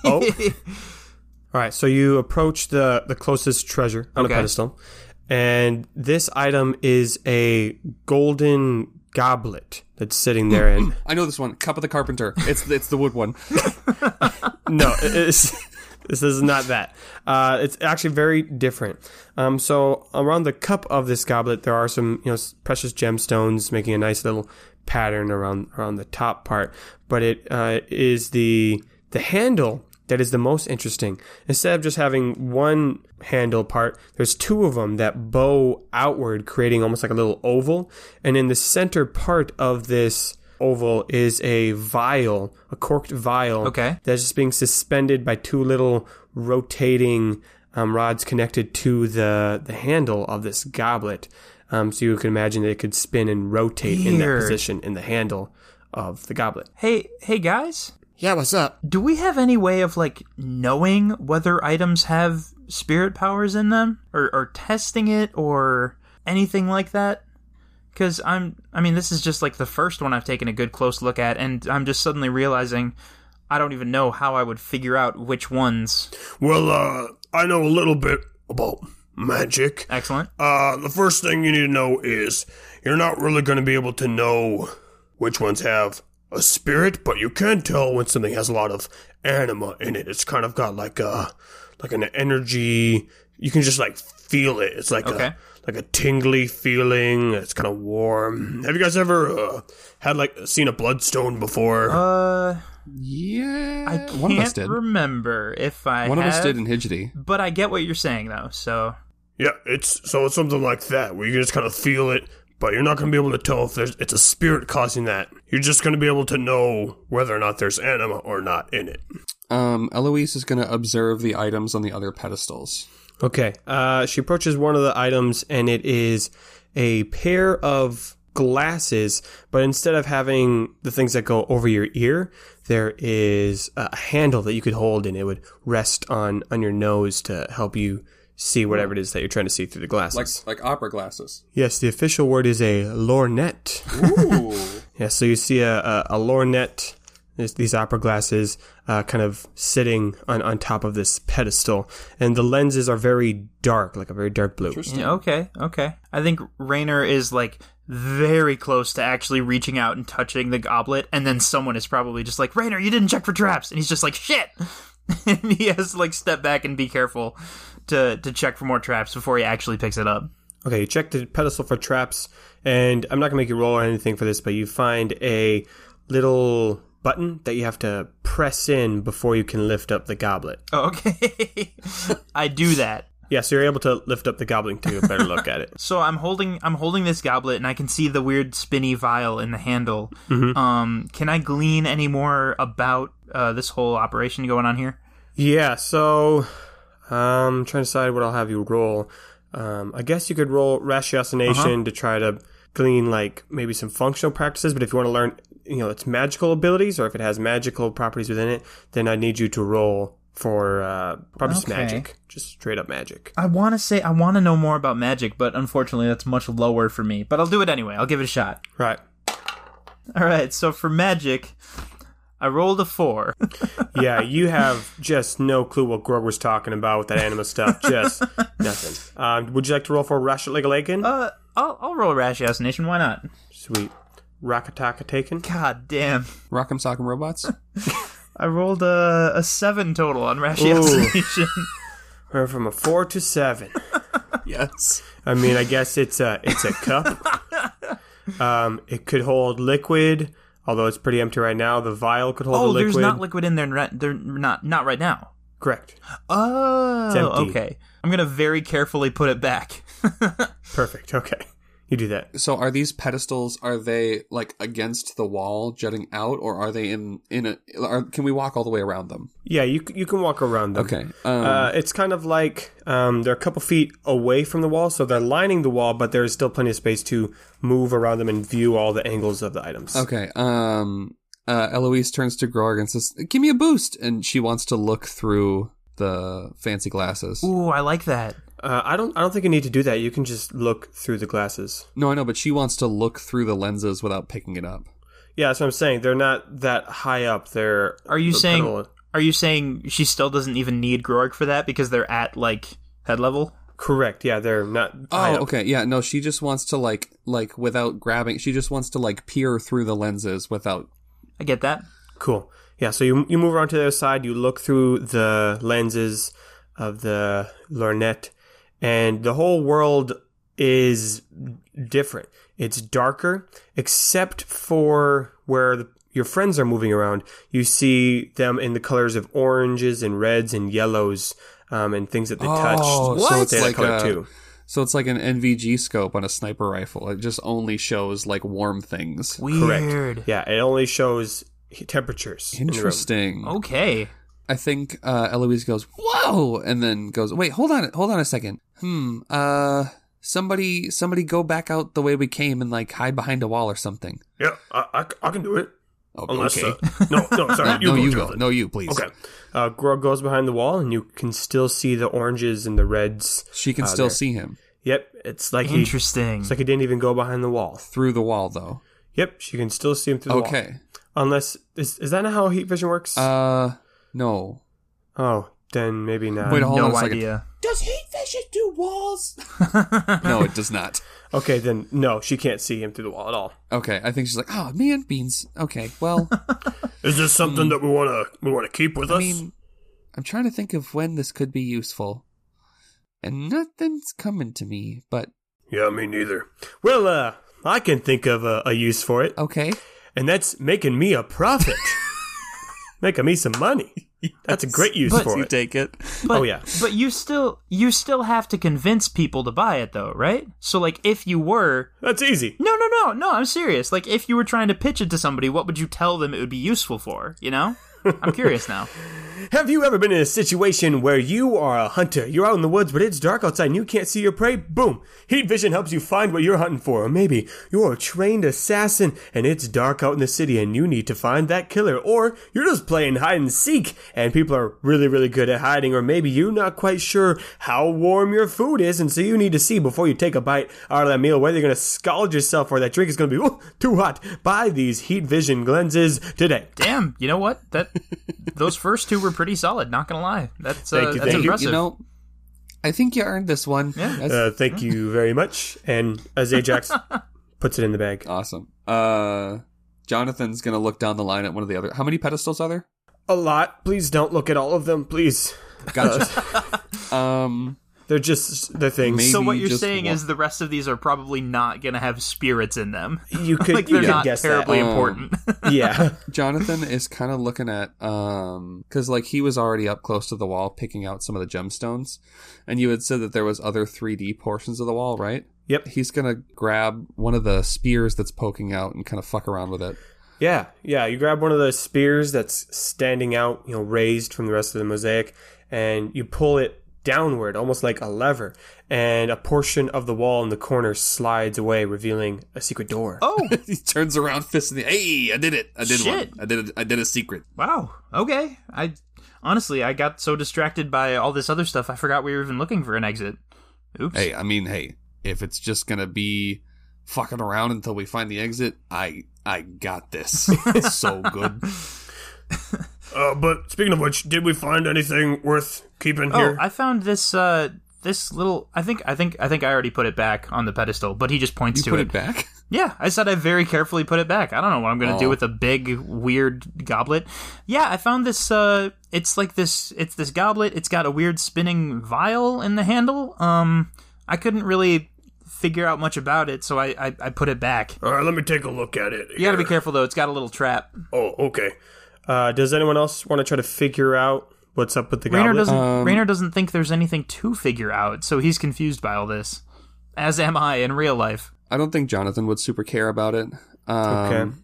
Oh. All right, so you approach the, the closest treasure on Okay. a pedestal, and this item is a golden goblet that's sitting there. And I know this one, Cup of the Carpenter. It's it's the wood one. no, it- it's, this is not that. Uh, it's actually very different. Um, so around the cup of this goblet, there are some you know s- precious gemstones, making a nice little pattern around around the top part. But it uh, is the the handle that is the most interesting. Instead of just having one handle part, there's two of them that bow outward, creating almost like a little oval. And in the center part of this oval is a vial, a corked vial. Okay. That's just being suspended by two little rotating um, rods connected to the, the handle of this goblet. Um, so you can imagine that it could spin and rotate in that Weird. position in the handle of the goblet. hey, hey guys, Yeah, what's up? do we have any way of like knowing whether items have spirit powers in them or or testing it or anything like that? Cuz I'm I mean, this is just like the first one I've taken a good close look at and I'm just suddenly realizing I don't even know how I would figure out which ones. Well, uh, I know a little bit about magic. Excellent. Uh, the first thing you need to know is you're not really going to be able to know which ones have a spirit, but you can tell when something has a lot of anima in it. It's kind of got like a like an energy. You can just like feel it. It's like Okay. a like a tingly feeling. It's kind of warm. Have you guys ever uh, had like seen a bloodstone before? Uh, Yeah, I can't one of us did. remember if I one of us have, did in Hidgety. But I get what you're saying though. So Yeah, it's so it's something like that where you can just kind of feel it, but you're not going to be able to tell if there's it's a spirit causing that. You're just going to be able to know whether or not there's anima or not in it. Um, Eloise is going to observe the items on the other pedestals. Okay. Uh, she approaches one of the items, and it is a pair of glasses, but instead of having the things that go over your ear, there is a handle that you could hold, and it would rest on on your nose to help you see whatever it is that you're trying to see through the glasses. like opera glasses. Yes, the official word is a lorgnette. Ooh. yeah, so you see a, a, a lorgnette, this, these opera glasses, uh, kind of sitting on, on top of this pedestal. And the lenses are very dark, like a very dark blue. yeah, okay, okay. I think Rainer is like very close to actually reaching out and touching the goblet, and then someone is probably just like, Rainer, you didn't check for traps, and he's just like, shit. and he has to like step back and be careful to to check for more traps before he actually picks it up. Okay, you check the pedestal for traps, and I'm not going to make you roll or anything for this, but you find a little button that you have to press in before you can lift up the goblet. Oh, okay, I do that. Yeah, so you're able to lift up the goblin to get a better look at it. So I'm holding I'm holding this goblet and I can see the weird spinny vial in the handle. Um, can I glean any more about uh, this whole operation going on here? Yeah, so um, trying to decide what I'll have you roll. Um, I guess you could roll Uh-huh. ratiocination to try to glean like maybe some functional practices, but if you want to learn, you know, its magical abilities or if it has magical properties within it, then I need you to roll for uh, probably just Okay. magic, just straight up magic. I want to say I want to know more about magic, but unfortunately that's much lower for me. But I'll do it anyway. I'll give it a shot. Right. All right. So for magic, I rolled a four. Yeah, you have just no clue what Grog was talking about with that animal stuff. Just nothing. Um, would you like to roll for Rashalakalakan? Uh, I'll I'll roll ratiocination. Why not? Sweet. Rakataka taken. God damn. Rock'em sock'em robots. I rolled a, a seven total on ratiocination. We're from a four to seven. yes. I mean, I guess it's a it's a cup. um, it could hold liquid, although it's pretty empty right now. The vial could hold oh, the liquid. there's not liquid in there. Right, they're not not right now. Correct. Oh, empty. okay. I'm gonna very carefully put it back. Perfect. Okay, you do that. So are these pedestals? Are they like against the wall, jutting out, or are they in in a? Are, can we walk all the way around them? Yeah, you c- you can walk around them. Okay. Um, Uh, it's kind of like um, they're a couple feet away from the wall, so they're lining the wall, but there's still plenty of space to move around them and view all the angles of the items. okay. Um. Uh, Eloise turns to Grog and says, "Give me a boost," and she wants to look through the fancy glasses. Ooh, I like that. Uh, I don't I don't think you need to do that. You can just look through the glasses. No, I know, but she wants to look through the lenses without picking it up. Yeah, that's what I'm saying. They're not that high up. They're Are you the saying? pedal- Are you saying she still doesn't even need Grog for that because they're at like head level? correct? Yeah, they're not. high Oh, up. okay. Yeah, no, she just wants to like like without grabbing. She just wants to like peer through the lenses without. I get that. Cool. Yeah, so you you move around to the other side, you look through the lenses of the lorgnette, and the whole world is different. It's darker, except for where the, your friends are moving around. You see them in the colors of oranges and reds and yellows um, and things that they touch. Oh, so it's they like color a- too. So it's like an NVG scope on a sniper rifle. It just only shows like warm things. Weird. Yeah, it only shows temperatures. in the room. Interesting. Okay. I think uh, Eloise goes, "Whoa!" and then goes, "Wait, hold on, hold on a second. Hmm. Uh, somebody, somebody, go back out the way we came and like hide behind a wall or something." Yeah, I, I c- I can do it. Oh, Unless, okay. uh, no, no, sorry, you no, go, you go. Jonathan. No, you please. Okay. Uh, Grog goes behind the wall, and you can still see the oranges and the reds. She can Uh, still there. see him Yep, it's like he, it's Interesting. like he didn't even go behind the wall. through the wall, though. Yep, she can still see him through the wall. Okay. Unless is is that not how heat vision works? Uh, no. oh, then maybe not. Wait, hold on no a second. idea. Does heat vision do walls? no, it does not. Okay, then no, she can't see him through the wall at all. Okay, I think she's like, oh man, beans. Okay, well, Is this something that we wanna we wanna keep with Hmm. I us? mean, I'm trying to think of when this could be useful, and nothing's coming to me. But yeah, me neither. Well, uh, I can think of a, a use for it, okay, and that's making me a profit, making me some money. That's a great use But- for it. take it. But, Oh, yeah. But you still you still have to convince people to buy it though, right? So like if you were That's easy. No, no, no, no, I'm serious. Like if you were trying to pitch it to somebody, what would you tell them it would be useful for, you know? I'm curious now. Have you ever been in a situation where you are a hunter? You're out in the woods, but it's dark outside and you can't see your prey? Boom! Heat vision helps you find what you're hunting for. Or maybe you're a trained assassin and it's dark out in the city and you need to find that killer. Or you're just playing hide and seek and people are really, really good at hiding. Or maybe you're not quite sure how warm your food is and so you need to see before you take a bite out of that meal whether you're going to scald yourself or that drink is going to be "Ooh, too hot. Buy these heat vision lenses today. Damn, you know what? That those first two were pretty solid, not gonna lie. That's uh, Thank you, that's thank impressive. You know, I think you earned this one. Yeah, that's Uh, thank you very much. And as Ajax puts it in the bag, awesome. Uh, Jonathan's gonna look down the line at one of the other. How many pedestals are there? a lot. Please don't look at all of them, please. Gotcha. um, They're just the things. Maybe So what you're just saying one- is the rest of these are probably not going to have spirits in them. You could, like you they're could not guess terribly Um, important. that. Yeah. Jonathan is kind of looking at um cuz like he was already up close to the wall picking out some of the gemstones and you had said that there was other 3D portions of the wall, right? Yep. He's going to grab one of the spears that's poking out and kind of fuck around with it. Yeah, yeah. You grab one of those spears that's standing out, you know, raised from the rest of the mosaic, and you pull it downward, almost like a lever, and a portion of the wall in the corner slides away, revealing a secret door. oh he turns around fist in the Hey, I did it. I did Shit. one. I did a, I did a secret. wow. Okay. I honestly I got so distracted by all this other stuff I forgot we were even looking for an exit. Oops. Hey, I mean, hey, if it's just going to be fucking around until we find the exit, I I got this. It's so good. Uh, but speaking of which, did we find anything worth keeping Oh, here? I found this uh this little I think I think I think I already put it back on the pedestal, but he just points You to put it. it back? Yeah, I said I very carefully put it back. I don't know what I'm going to do Oh. with a big weird goblet. Yeah, I found this uh it's like this it's this goblet. It's got a weird spinning vial in the handle. Um I couldn't really figure out much about it, so I I, I put it back. All right, let me take a look at it. You got to be here. careful though. It's got a little trap. Oh, okay. Uh, does anyone else want to try to figure out what's up with the Raynor goblet? doesn't Um, Raynor doesn't think there's anything to figure out, so he's confused by all this. As am I in real life. I don't think Jonathan would super care about it. Um, okay.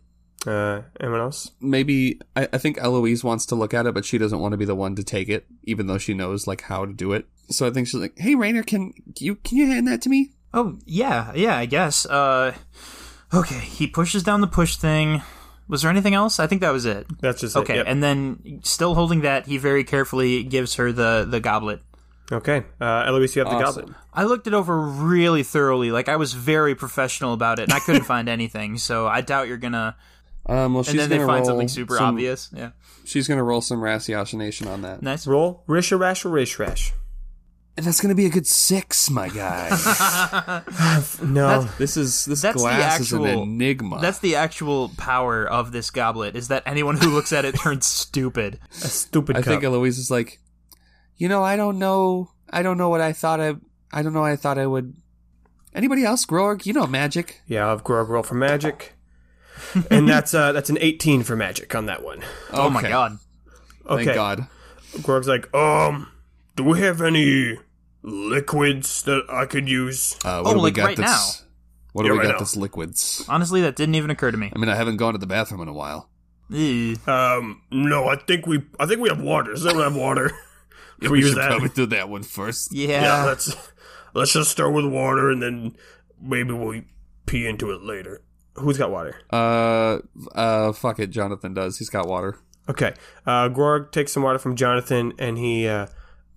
Uh, anyone else? Maybe I, I think Eloise wants to look at it, but she doesn't want to be the one to take it, even though she knows like how to do it. So I think she's like, "Hey, Rainer, can you can you hand that to me?" Oh yeah, yeah, I guess. Uh, okay, he pushes down the push thing. Was there anything else? I think that was it. That's just Okay, It. Yep. and then still holding that, he very carefully gives her the the goblet. Okay. Uh, Eloise, you have the Awesome. goblet. I looked it over really thoroughly. Like I was very professional about it, and I couldn't find anything. So I doubt you're gonna. Um, well, she's And then they gonna find roll something super some- obvious. Yeah, She's gonna roll some ratiocination on that, nice. Roll. Rish a rash or rish rash. and that's gonna be a good six, my guy. No. this is this That's the glass is an actual- enigma. That's the actual power of this goblet. Is that anyone who looks at it turns stupid? a stupid I cup. think Eloise is like, you know, I don't know, I don't know what I thought I, I don't know, I thought I would. Anybody else, Grog? You know magic. yeah, I'll have Grog roll for magic. and that's uh, that's an 18 for magic on that one. Oh my Okay. god. Thank Okay. God. Grog's like, Um, do we have any liquids that I could use? Uh, Oh, do we like got right that's, What do Yeah, we right got now. that's liquids? Honestly, that didn't even occur to me. I mean, I haven't gone to the bathroom in a while. Ew. Um, no, I think we I think we have water. Does anyone have water? Can we use should that? probably do that one first. Yeah, Yeah. let's let's just start with water and then maybe we'll pee into it later. who's got water? Uh, uh, fuck it. Jonathan does. He's got water. Okay. Uh, Gorg takes some water from Jonathan and he uh,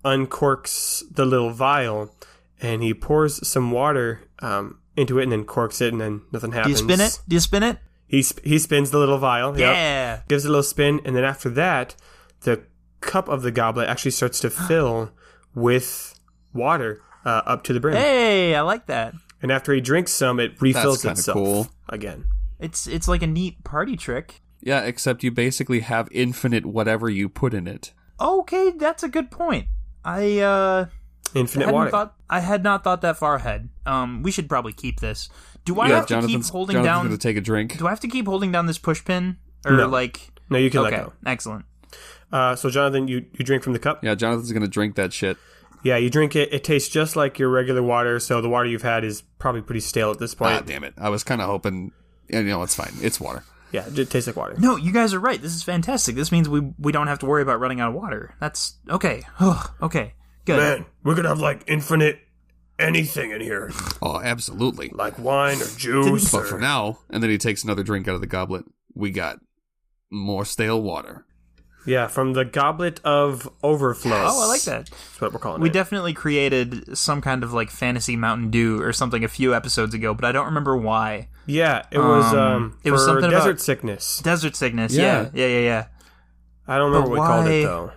uncorks the little vial and he pours some water um, into it and then corks it and then nothing Do you happens. spin it? Do you spin it? He, sp- he spins the little vial. yep. Yeah. Gives it a little spin and then after that, the cup of the goblet actually starts to fill with water uh, up to the brim. Hey, I like that. And after he drinks some, it refills kinda itself cool. again. It's it's like a neat party trick. Yeah, except you basically have infinite whatever you put in it. Okay, that's a good point. I uh Infinite hadn't water. thought I had not thought that far ahead. Um we should probably keep this. Do I yeah, have to keep Jonathan's, holding Jonathan's down gonna take a drink. Do I have to keep holding down this push pin or No. like no, you can Okay, let go. excellent. Uh, so, Jonathan, you, you drink from the cup? yeah, Jonathan's gonna drink that shit. Yeah, you drink it. It tastes just like your regular water, so the water you've had is probably pretty stale at this Ah, point. damn it. I was kind of hoping. You know, it's fine. It's water. yeah, it tastes like water. No, you guys are right. This is fantastic. This means we we don't have to worry about running out of water. That's okay. okay. Good. Man, we could have like infinite anything in here, Oh, absolutely. like wine or Didn't- juice. But for Or... now, and then he takes another drink out of the goblet. We got more stale water. Yeah, from the goblet of overflow. Oh, I like that. That's what we're calling We it. definitely created some kind of like fantasy Mountain Dew or something a few episodes ago, but I don't remember why. yeah, it was Um, um, it was for something desert about- sickness. Desert sickness. Yeah. Yeah, yeah, yeah, yeah. I don't remember But what we called it why- though.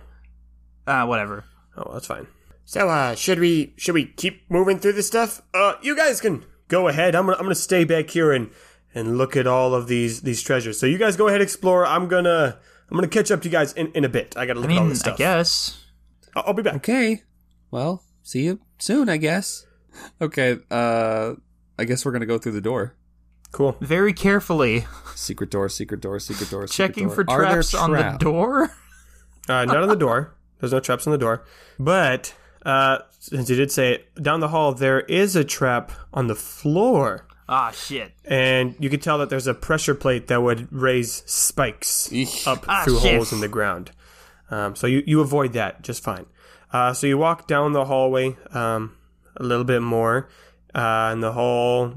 Ah, whatever. Oh, that's fine. So, uh, should we should we keep moving through this stuff? Uh, you guys can go ahead. I'm gonna I'm gonna stay back here and and look at all of these these treasures. So you guys go ahead explore. I'm gonna I'm gonna catch up to you guys in, in a bit. I gotta I look at all mean, this I stuff. guess. I'll, I'll be back. Okay. Well, see you soon, I guess. Okay, uh, I guess we're gonna go through the door. Cool. Very carefully Secret door, secret door, secret door. secret checking door. for Are there traps on the trap- door. Uh, not on the door. There's no traps on the door. But uh, since you did say it, down the hall there is a trap on the floor, Ah, shit. and you could tell that there's a pressure plate that would raise spikes Eesh. up Ah, through shit. holes in the ground. Um, so you you avoid that just fine. Uh, so you walk down the hallway um, a little bit more, uh, and the hall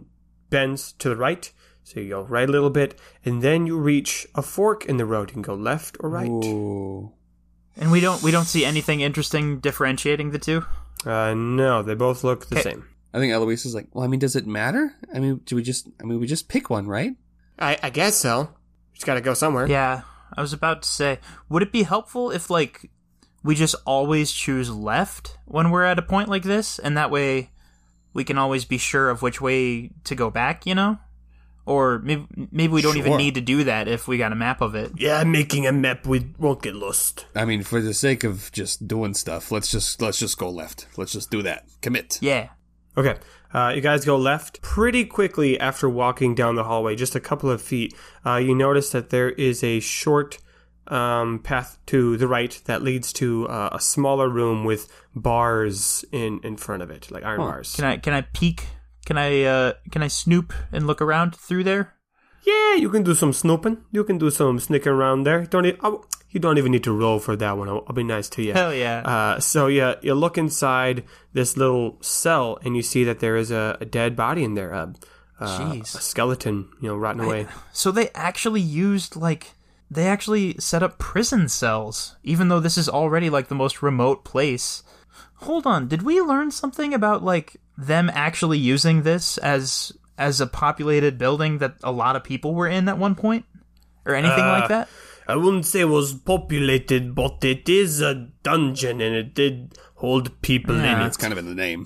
bends to the right. So you go right a little bit, and then you reach a fork in the road. You can go left or right. Ooh. And we don't we don't see anything interesting differentiating the two. Uh, no, they both look the Okay. same. I think Eloise is like, well, I mean, does it matter? I mean, do we just, I mean, we just pick one, right? I, I guess so. Just gotta go somewhere. Yeah, I was about to say, would it be helpful if like we just always choose left when we're at a point like this, and that way we can always be sure of which way to go back, you know? Or maybe maybe we don't even Sure. need to do that if we got a map of it. Yeah, making a map, we won't get lost. I mean, for the sake of just doing stuff, let's just let's just go left. Let's just do that. Commit. Yeah. Okay, uh, you guys go left pretty quickly after walking down the hallway, just a couple of feet. Uh, you notice that there is a short um, path to the right that leads to uh, a smaller room with bars in, in front of it, like iron Huh. bars. Oh, Can I can I peek? Can I uh can I snoop and look around through there? yeah, you can do some snooping. You can do some sneaking around there. Don't e- oh, you don't even need to roll for that one. I'll, I'll be nice to you. Hell yeah. Uh, so yeah, you look inside this little cell and you see that there is a, a dead body in there, a, a, a Jeez. skeleton, you know, rotting away. So they actually used like they actually set up prison cells, even though this is already like the most remote place. Hold on, did we learn something about like them actually using this as as a populated building that a lot of people were in at one point? Or anything like that? I wouldn't say it was populated, but it is a dungeon and it did hold people Yeah. in It's kind of in the name.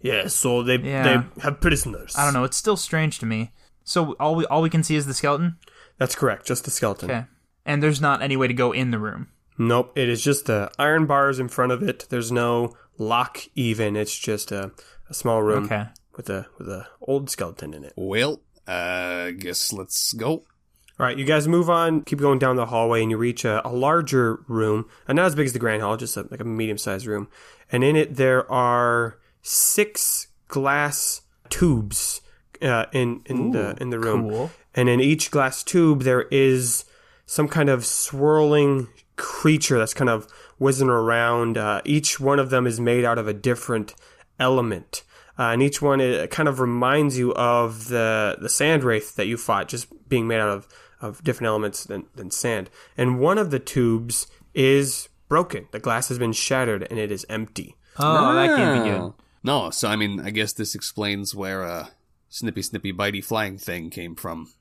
Yeah, so they Yeah. they have prisoners. I don't know, it's still strange to me. So all we all we can see is the skeleton? That's correct, just the skeleton. Okay. And there's not any way to go in the room. Nope, it is just the iron bars in front of it. There's no lock even. It's just a, a small room Okay. with a with a old skeleton in it. Well, uh, guess let's go. All right, you guys move on, keep going down the hallway, and you reach a, a larger room, uh, not as big as the grand hall, just a, like a medium-sized room. And in it, there are six glass tubes uh, in in the in the room, cool. and in each glass tube there is some kind of swirling creature that's kind of whizzing around. Uh, each one of them is made out of a different element. Uh, and each one it kind of reminds you of the the sand wraith that you fought, just being made out of, of different elements than, than sand. And one of the tubes is broken. The glass has been shattered and it is empty. Oh, that can't be good. Ah. No, so I mean, I guess this explains where uh, snippy, snippy, bitey, flying thing came from.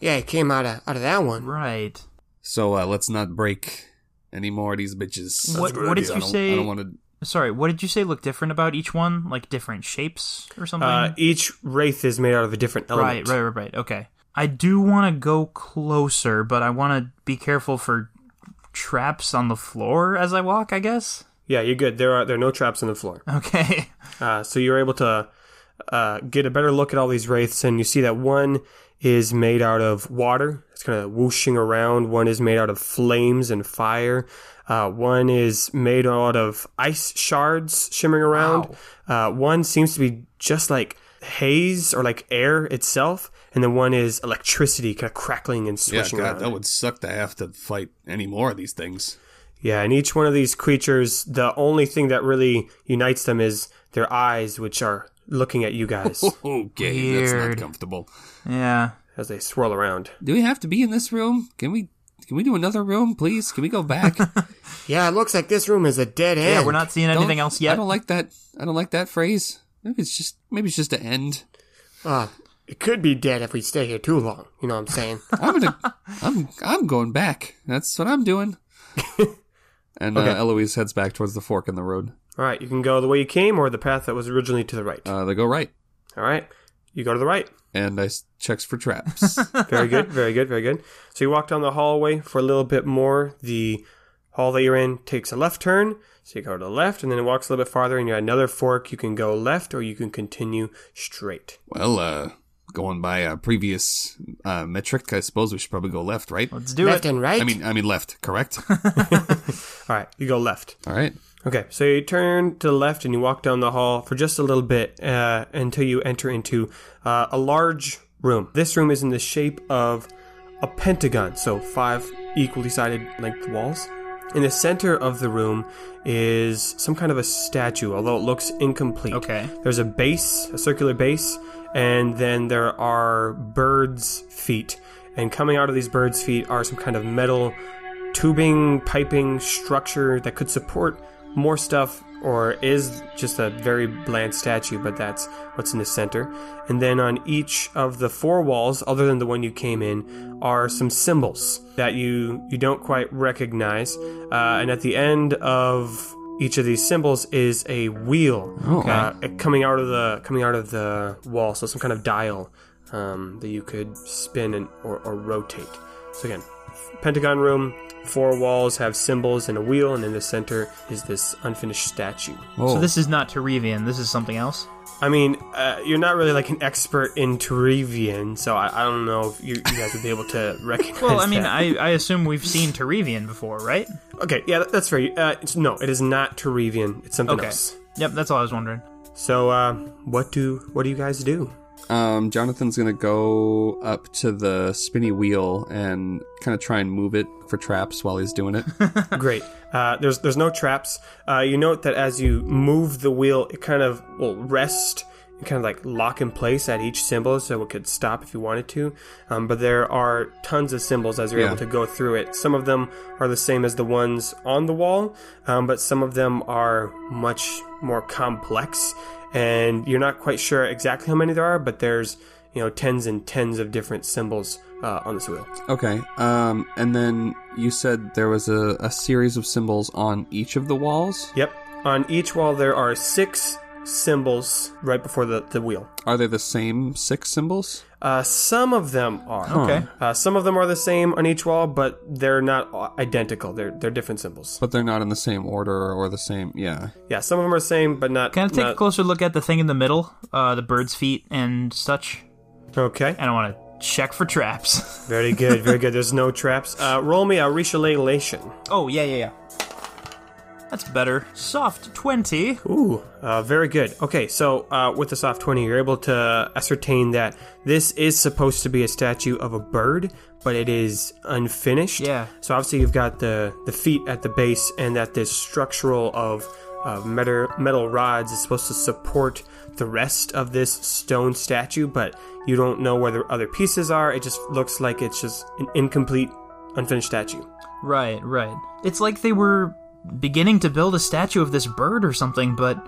Yeah, it came out of out of that one. Right. So uh, let's not break any more of these bitches. What- what did I you don't- say- I don't want to. Sorry, what did you say looked different about each one? Like different shapes or something? Uh, each wraith is made out of a different right, element. right, right, right. Okay. I do want to go closer, but I want to be careful for traps on the floor as I walk, I guess. Yeah, you're good. There are there are no traps on the floor. Okay. Uh, so you're able to uh, get a better look at all these wraiths, and you see that one is made out of water. It's kind of whooshing around. One is made out of flames and fire. Uh, one is made out of ice shards shimmering around. Uh, one seems to be just like haze or like air itself, and then one is electricity, kind of crackling and Yeah, swishing God, around. that would suck to have to fight any more of these things. Yeah, and each one of these creatures, the only thing that really unites them is their eyes, which are looking at you guys Oh, Okay, that's Weird. not comfortable. Yeah. as they swirl around. Do we have to be in this room? Can we? Can we do another room, please? Can we go back? Yeah, it looks like this room is a dead end. Yeah, we're not seeing anything Don't- else yet. I don't like that. I don't like that phrase. Maybe it's just maybe it's just an end. Uh, it could be dead if we stay here too long. You know what I'm saying? I'm gonna. I'm I'm going back. That's what I'm doing. And uh, Eloise heads back towards the fork in the road. All right, you can go the way you came or the path that was originally to the right. Uh, they go right, All right, you go to the right. and I s- checks for traps. Very good, very good, very good. So you walk down the hallway for a little bit more. The hall that you're in takes a left turn. So you go to the left, and then it walks a little bit farther, and you're at another fork. You can go left, or you can continue straight. Well, uh, going by uh, previous uh, metric, I suppose we should probably go left, right? Let's do it. and right. I mean, I mean left, correct? All right, you go left. All right. Okay, so you turn to the left and you walk down the hall for just a little bit uh, until you enter into uh, a large room. This room is in the shape of a pentagon, so five equally sided length walls. In the center of the room is some kind of a statue, although it looks incomplete. Okay. There's a base, a circular base, and then there are birds' feet. And coming out of these birds' feet are some kind of metal tubing, piping structure that could support more stuff or is just a very bland statue, but that's what's in the center. And then on each of the four walls, other than the one you came in, are some symbols that you, you don't quite recognize. Uh, and at the end of each of these symbols is a wheel uh, coming out of the coming out of the wall, so some kind of dial um, that you could spin and, or, or rotate. So again, pentagon room. Four walls have symbols and a wheel, and in the center is this unfinished statue. So this is not Terevian. This is something else. I mean, uh, you're not really like an expert in Terevian, so I, I don't know if you, you guys would be able to recognize. Well, I mean, that. I, I assume we've seen Terevian before, right? okay, yeah, that- that's fair. Uh, it's, no, it is not Terevian. It's something Okay. else. Yep, that's all I was wondering. So, uh, what do what do you guys do? Um, Jonathan's gonna go up to the spinny wheel and kind of try and move it for traps while he's doing it. Great. Uh, there's there's no traps. Uh, you note that as you move the wheel, it kind of will rest and kind of like lock in place at each symbol, so it could stop if you wanted to. Um, but there are tons of symbols as you're able to go through it. Some of them are the same as the ones on the wall, um, but some of them are much more complex, and you're not quite sure exactly how many there are. But there's you know tens and tens of different symbols uh, on this wheel. okay. Um, and then you said there was a, a series of symbols on each of the walls. Yep. On each wall, there are six symbols right before the, the wheel. Are they the same six symbols? Uh, some of them are. Okay. Uh, some of them are the same on each wall, but they're not i- identical. They're they're different symbols. But they're not in the same order or the same. Yeah. Yeah, some of them are the same, but not. Can I take a not- closer look at the thing in the middle, uh, the bird's feet and such? Okay. And I want to check for traps. Very good. Very good. There's no traps. Uh, roll me a rechalation. oh yeah, yeah, yeah. That's better. Soft twenty. Ooh, uh, very good. Okay, so uh, with the soft 20, you're able to ascertain that this is supposed to be a statue of a bird, but it is unfinished. Yeah. So obviously, you've got the, the feet at the base, and that this structural of uh, metal, metal rods is supposed to support the rest of this stone statue, but you don't know where the other pieces are. It just looks like it's just an incomplete, unfinished statue. Right, right. It's like they were beginning to build a statue of this bird or something, but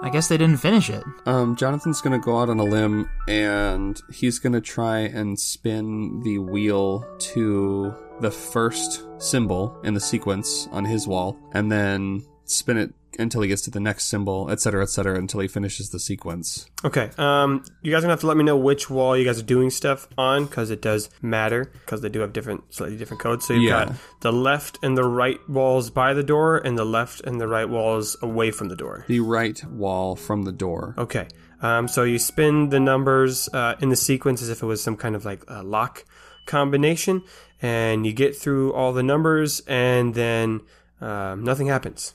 I guess they didn't finish it. Um, Jonathan's gonna go out on a limb and he's gonna try and spin the wheel to the first symbol in the sequence on his wall, and then spin it until he gets to the next symbol, etc., etc., until he finishes the sequence. Okay. Um, you guys are gonna have to let me know which wall you guys are doing stuff on because it does matter because they do have different, slightly different codes. So you've Yeah. got the left and the right walls by the door, and the left and the right walls away from the door. The right wall from the door. Okay. Um, so you spin the numbers uh, in the sequence as if it was some kind of like a lock combination, and you get through all the numbers, and then um, nothing happens.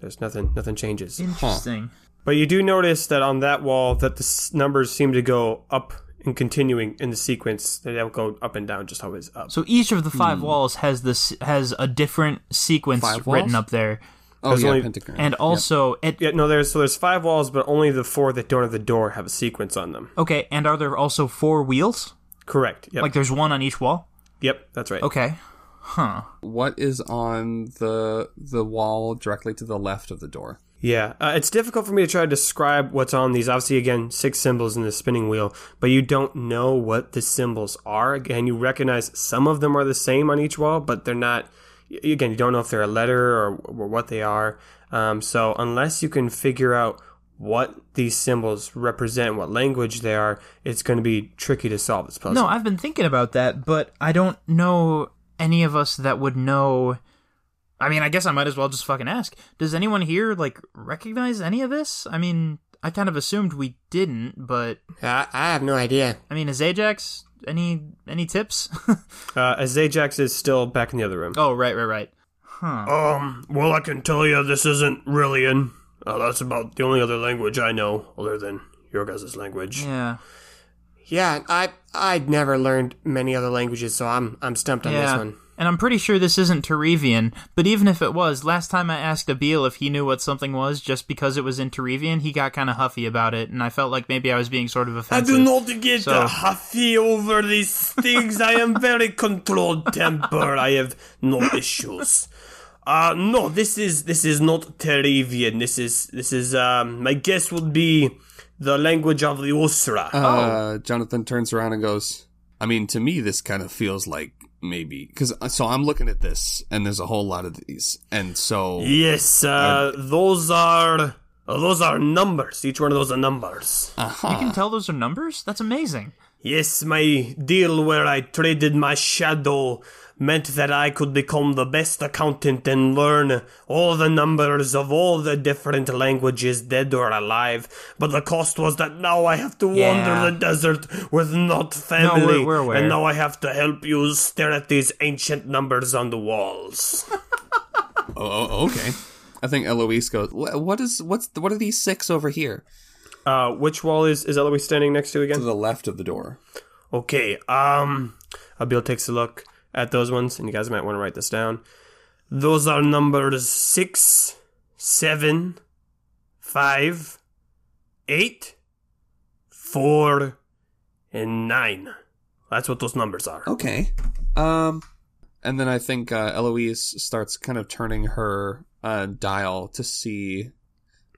There's nothing. Nothing changes. Interesting. But you do notice that on that wall that the s- numbers seem to go up and continuing in the sequence. They don't go up and down, just always up. So each of the five walls has this has a different sequence Hmm. Five written walls? up there, Oh yeah, only- pentagram. and also it. Yeah, no, there's so there's five walls, but only the four that don't have the door have a sequence on them. Okay, and are there also four wheels? Correct. Yep. Like there's one on each wall. yep. That's right. Okay. Huh. what is on the the wall directly to the left of the door? Yeah, uh, it's difficult for me to try to describe what's on these. Obviously, again, six symbols in the spinning wheel, but you don't know what the symbols are. Again, you recognize some of them are the same on each wall, but they're not. y- Again, you don't know if they're a letter or, or what they are. Um, so, unless you can figure out what these symbols represent, what language they are, it's going to be tricky to solve this puzzle. No, I've been thinking about that, but I don't know any of us that would know I mean, I guess I might as well just fucking ask. Does anyone here like recognize any of this? I mean, I kind of assumed we didn't, but I, I have no idea. I mean, is Ajax any any tips? Uh, as Ajax is still back in the other room. oh, right, right, right. Um, well, I can tell you this isn't Rillian. Uh, that's about the only other language I know, other than your guys' language. Yeah, Yeah, I I'd never learned many other languages, so I'm I'm stumped on this yeah. one. And I'm pretty sure this isn't Terevian, but even if it was, last time I asked Abil if he knew what something was just because it was in Terevian, he got kind of huffy about it, and I felt like maybe I was being sort of I offensive. do not get So- huffy over these things. I am very controlled temper. I have no issues. Uh no, this is this is not Terevian. This is this is um my guess would be the language of the Usra. Uh, Jonathan turns around and goes, I mean, to me, this kind of feels like maybe. Because, so I'm looking at this, and there's a whole lot of these. And so. yes, uh, those are uh, those are numbers. Each one of those are numbers. You can tell those are numbers? That's amazing. Yes, my deal where I traded my shadow meant that I could become the best accountant and learn all the numbers of all the different languages, dead or alive. But the cost was that now I have to Yeah. wander the desert with not family, we're aware. and now I have to help you stare at these ancient numbers on the walls. Oh, oh, okay. I think Eloise goes, "Wha- What is, what's, what are these six over here? Uh, which wall is, is Eloise standing next to To again? the left of the door. okay, um, Abil takes a look at those ones, and you guys might want to write this down. Those are numbers six, seven, five, eight, four, and 9. That's what those numbers are. Okay. Um, and then I think uh, Eloise starts kind of turning her uh, dial to see.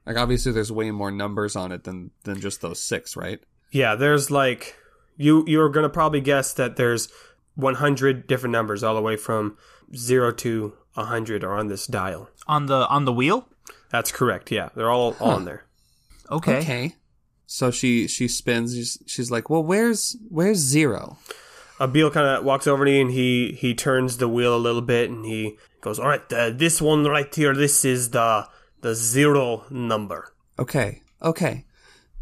Like obviously, there's way more numbers on it than than just those six, right? Yeah, there's like you you're gonna probably guess that there's 100 different numbers all the way from zero to 100 are on this dial. On the on the wheel? That's correct. Yeah, they're all, all on there. Okay. So she she spins. She's, she's like, "Well, where's where's zero? Abil kind of walks over to you and he he turns the wheel a little bit and he Goes, all right, uh, this one right here, this is the the zero number. Okay, okay.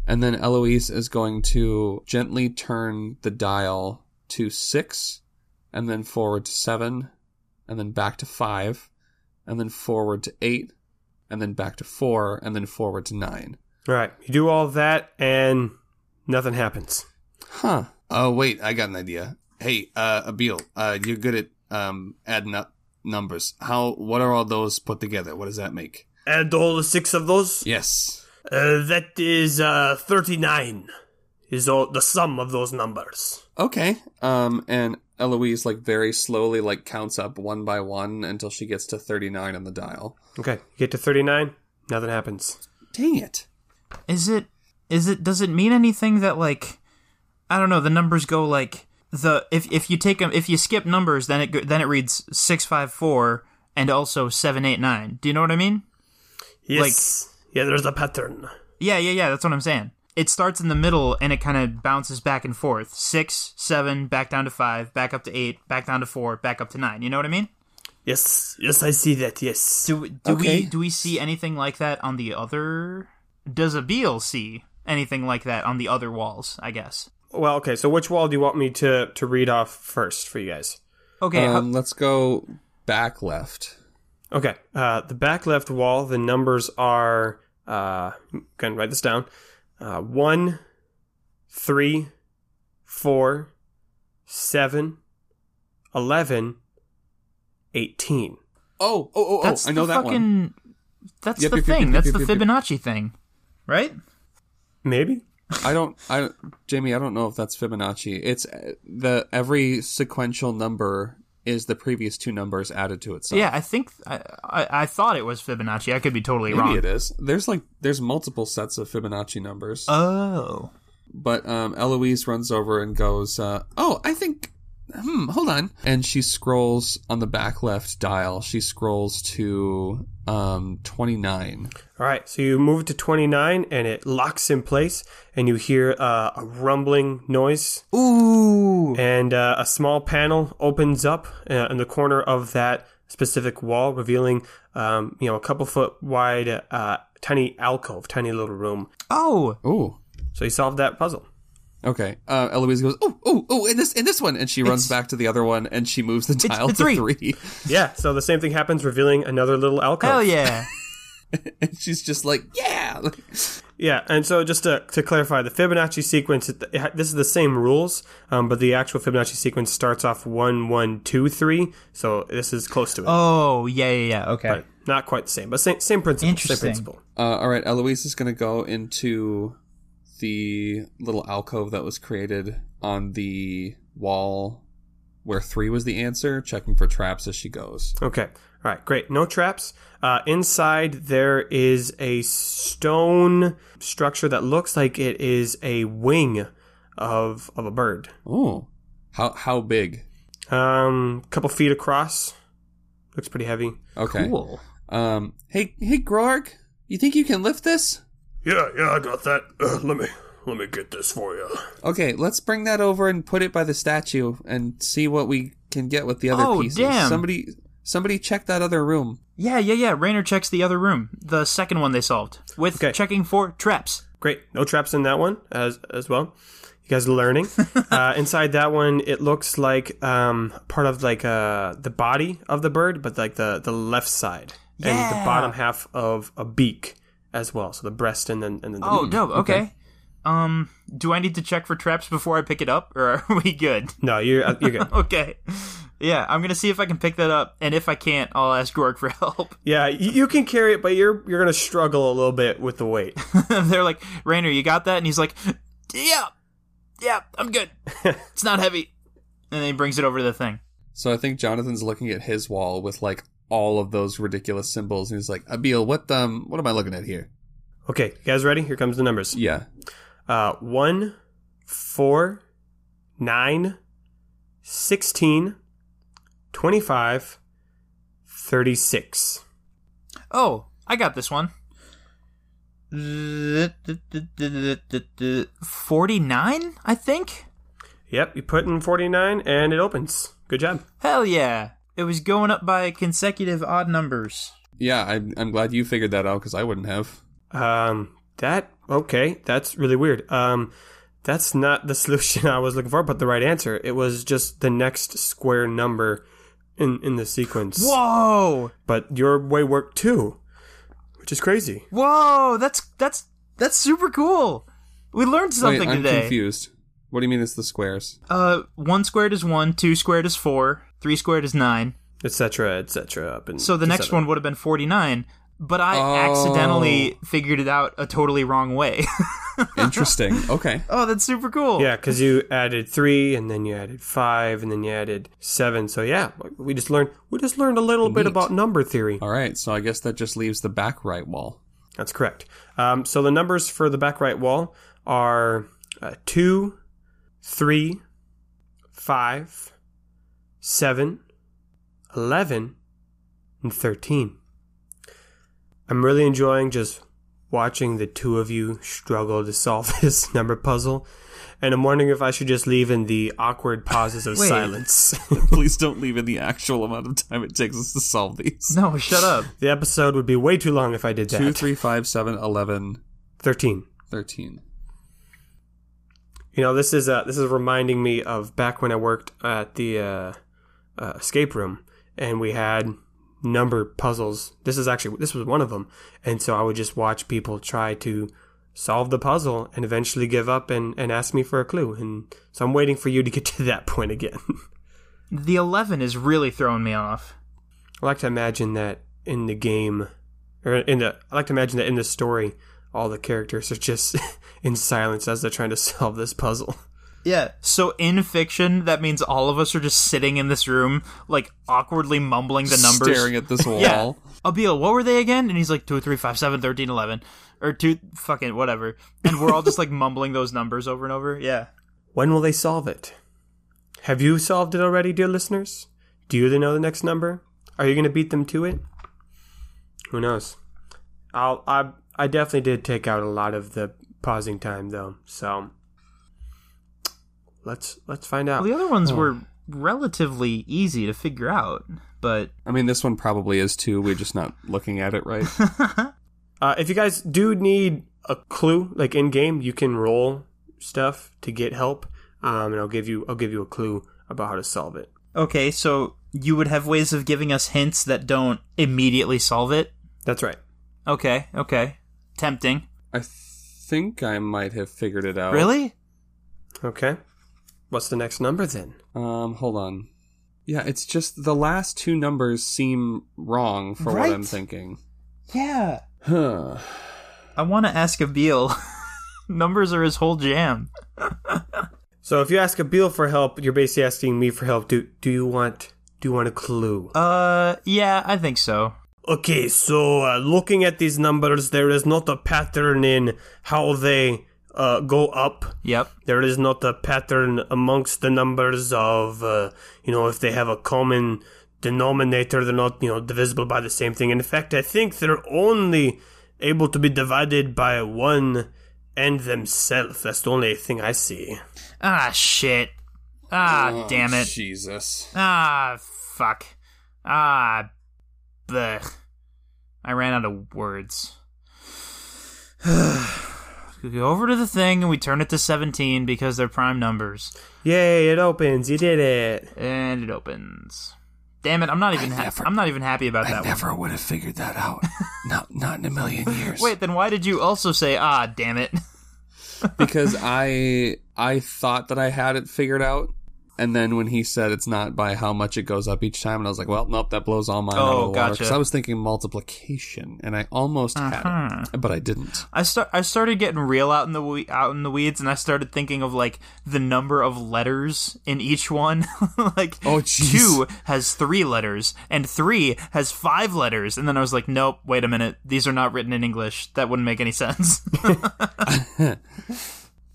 And then Eloise is going to gently turn the dial to six, and then forward to seven, and then back to five, and then forward to eight, and then back to four, and then forward to nine. all right. You do all that and nothing happens. Huh. Oh wait, I got an idea. Hey, uh, Abil, uh, you're good at um adding up numbers. How? What are all those put together? What does that make? Add all the six of those. Yes. Uh, that is uh, 39, is all the sum of those numbers. Okay. Um, and Eloise like very slowly like counts up one by one until she gets to thirty nine on the dial. Okay, you get to 39, nothing happens. Dang it. Is it is it does it mean anything that like I don't know, the numbers go like the if if you take them if you skip numbers then it go- then it reads 654 and also 789. Do you know what I mean? Yes. yeah, there's a pattern. Yeah, yeah, yeah. That's what I'm saying. It starts in the middle and it kind of bounces back and forth. Six, seven, back down to five, back up to eight, back down to four, back up to nine. You know what I mean? Yes, yes, I see that, yes. Do do Okay. we do we see anything like that on the other? Does Abiel see anything like that on the other walls? I guess. Well, okay, so which wall do you want me to to read off first for you guys? Okay. Um, let's go back left. Okay, uh, the back left wall, the numbers are, uh, going to write this down uh, 1, 3, 4, 7, 11, 18. Oh, oh, oh, oh! how- uh, that's I know the that one. fucking. That's Yep, the yep, yep, thing. yep, that's yep, the yep, yep. Fibonacci thing, right? Maybe? I don't. I don't- Jamie. I don't know if that's Fibonacci. It's uh, the every sequential number is the previous two numbers added to itself. Yeah, I think I, I I thought it was Fibonacci. I could be totally maybe wrong. it is. There's like there's multiple sets of Fibonacci numbers. Oh. but um, Eloise runs over and goes, uh, "Oh, I think." Hmm. Hold on. And she scrolls on the back left dial. She scrolls to um twenty nine. All right, so you move to 29 and it locks in place, and you hear uh, a rumbling noise. Ooh. And uh, a small panel opens up uh, in the corner of that specific wall, revealing um, you know a couple foot wide uh, tiny alcove, tiny little room. Oh, Ooh. So he solved that puzzle. Okay. Uh, Eloise goes, oh, oh, oh, and this, and this one, and she runs back to the other one, and she moves the dial it's to three. three. Yeah. So the same thing happens, revealing another little alcove. hell yeah. and she's just like, yeah. Yeah, and so just to, to clarify, the Fibonacci sequence, it, it, ha- this is the same rules, um, but the actual Fibonacci sequence starts off one, one, two, three. so this is close to it. Oh, yeah, yeah, yeah. Okay. Not quite the same, but same, same principle. Interesting. Same principle. Uh, all right, Eloise is going to go into the little alcove that was created on the wall where three was the answer, checking for traps as she goes. Okay. All right. Great. No traps. Uh, inside there is a stone structure that looks like it is a wing of of a bird. Oh, how how big? Um, couple feet across. Looks pretty heavy. Okay. Cool. Um. Hey, hey, Grog, you think you can lift this? Yeah, yeah, I got that. Uh, let me let me get this for you. Okay, let's bring that over and put it by the statue and see what we can get with the other Oh, pieces. damn. Somebody, somebody, check that other room. Yeah, yeah, yeah. Rainer checks the other room, the second one they solved, with Okay. checking for traps. Great. No traps in that one as as well. You guys are learning. uh, inside that one, it looks like um, part of like uh, the body of the bird, but like the the left side and the Yeah. bottom half of a beak as well. So the breast and then and then the Oh, dope. Okay. Um, do I need to check for traps before I pick it up, or are we good? no, you're uh, you're good. Okay. Yeah, I'm gonna see if I can pick that up, and if I can't, I'll ask Gorg for help. yeah, you, you can carry it, but you're you're gonna struggle a little bit with the weight. They're like, Rainer, you got that? And he's like, Yeah, yeah, I'm good. it's not heavy. And then he brings it over to the thing. So I think Jonathan's looking at his wall with like all of those ridiculous symbols, and he's like, "Abil, what um, what am I looking at here?" Okay, you guys ready? Here comes the numbers. Yeah. Uh, one, four, nine, sixteen, twenty-five, thirty-six. Oh, I got this one. 49, I think? Yep, you put in 49 and it opens. Good job. Hell yeah. It was going up by consecutive odd numbers. Yeah, I'm, I'm glad you figured that out because I wouldn't have. Um, that, okay, that's really weird. Um, that's not the solution I was looking for, but the right answer. It was just the next square number in, in the sequence. Whoa! But your way worked too, which is crazy. Whoa! That's that's that's super cool. We learned something Wait, I'm today. confused. What do you mean it's the squares? Uh, one squared is one, two squared is four, three squared is nine. Etc., etc. Up and So the next one would have been forty nine, but I Oh. accidentally figured it out a totally wrong way. Interesting. okay. oh, that's super cool. Yeah, because you added three, and then you added five, and then you added seven. So yeah, we just learned we just learned a little bit about number theory. All right. So I guess that just leaves the back right wall. That's correct. Um, so the numbers for the back right wall are uh, 2, 3, 5, 7, 11, and 13. I'm really enjoying just watching the two of you struggle to solve this number puzzle. And I'm wondering if I should just leave in the awkward pauses of Wait. silence. Please don't leave in the actual amount of time it takes us to solve these. No, shut up. the episode would be way too long if I did that. Two, three, five, seven, eleven, 13. thirteen. You know, this is uh, this is reminding me of back when I worked at the uh, uh, escape room, and we had number puzzles. This is actually this was one of them, and so I would just watch people try to solve the puzzle and eventually give up and, and ask me for a clue. And so I'm waiting for you to get to that point again. The eleven is really throwing me off. I like to imagine that in the game, or in the I like to imagine that in the story, all the characters are just in silence as they're trying to solve this puzzle. Yeah. So in fiction, that means all of us are just sitting in this room, like awkwardly mumbling the numbers. Staring at this wall. Yeah. Abil, what were they again? And he's like, 2, 3, 5, 7, 13, 11. Or 2, fucking whatever. And we're all just like mumbling those numbers over and over. Yeah. When will they solve it? Have you solved it already, dear listeners? Do you know the next number? Are you going to beat them to it? Who knows? I'll, I I definitely did take out a lot of the pausing time though, so let's let's find out. Well, the other ones were relatively easy to figure out, but I mean, this one probably is too. We're just not looking at it right. Uh, if you guys do need a clue, like in game, you can roll stuff to get help, um, and I'll give you I'll give you a clue about how to solve it. okay, so you would have ways of giving us hints that don't immediately solve it. That's right. Okay, okay. Tempting. I think I might have figured Oh. it out. Really? Okay. What's the next number then? Um, hold on. Yeah, it's just the last two numbers seem wrong for what I'm Right? thinking. Yeah. Ah, Huh. I want to ask Abiel. Numbers are his whole jam. So if you ask Abil for help, you're basically asking me for help. Do do you want do you want a clue? Uh, yeah, I think so. Okay, so uh, looking at these numbers, there is not a pattern in how they uh, go up. Yep. There is not a pattern amongst the numbers of, uh, you know, if they have a common denominator, they're not, you know, divisible by the same thing. In fact, I think they're only able to be divided by one and themselves. That's the only thing I see. Ah, shit. Ah, Oh, damn it. Jesus. Ah, fuck. Ah, blech. I ran out of words. we go over to the thing and we turn it to 17 because they're prime numbers. Yay, it opens. You did it. And it opens. Damn it, I'm not even ha- never- I'm not even happy about that one. Never would have figured that out. not not in a million years. Wait, then why did you also say ah, damn it? because I I thought that I had it figured out, and then when he said it's not by how much it goes up each time, and I was like, well, nope, that blows all mine. Oh, out of the gotcha. Because I was thinking multiplication, and I almost had Uh-huh. it, but I didn't. I start I started getting real out in the we- out in the weeds, and I started thinking of like the number of letters in each one. like Oh, jeez. two has three letters, and three has five letters, and then I was like, nope, wait a minute, these are not written in English. That wouldn't make any sense.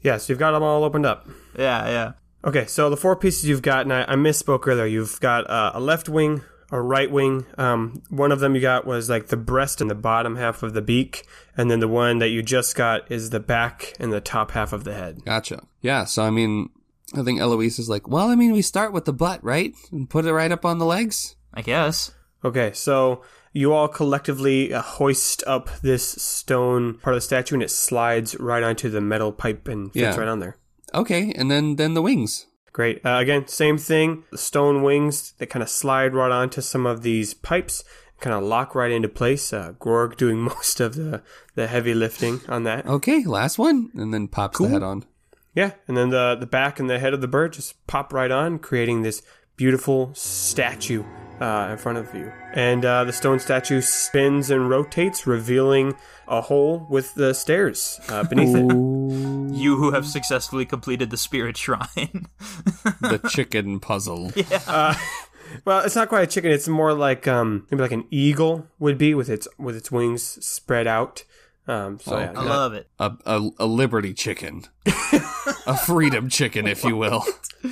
Yes, you've got them all opened up. yeah, yeah. Okay, so the four pieces you've got, and I, I misspoke earlier. You've got uh, a left wing, a right wing. Um, one of them you got was like the breast and the bottom half of the beak, and then the one that you just got is the back and the top half of the head. Gotcha. Yeah. So I mean, I think Eloise is like, well, I mean, we start with the butt, right, and put it right up on the legs. I guess. Okay, so you all collectively uh, hoist up this stone part of the statue, and it slides right onto the metal pipe and fits Yeah. right on there. Okay, and then then the wings. Great. Uh, again, same thing. The stone wings that kind of slide right onto some of these pipes, kind of lock right into place. Uh, Gorg doing most of the, the heavy lifting on that. Okay, last one, and then pops the head on. Yeah, and then the the back and the head of the bird just pop right on, creating this beautiful statue uh, in front of you. And uh, the stone statue spins and rotates, revealing a hole with the stairs uh, beneath it. You who have successfully completed the spirit shrine. the chicken puzzle. Well, it's not quite a chicken. It's more like um, maybe like an eagle would be with its with its wings spread out. Um, so Oh, yeah, I God. love it. a, a, a liberty chicken, a freedom chicken, if you will.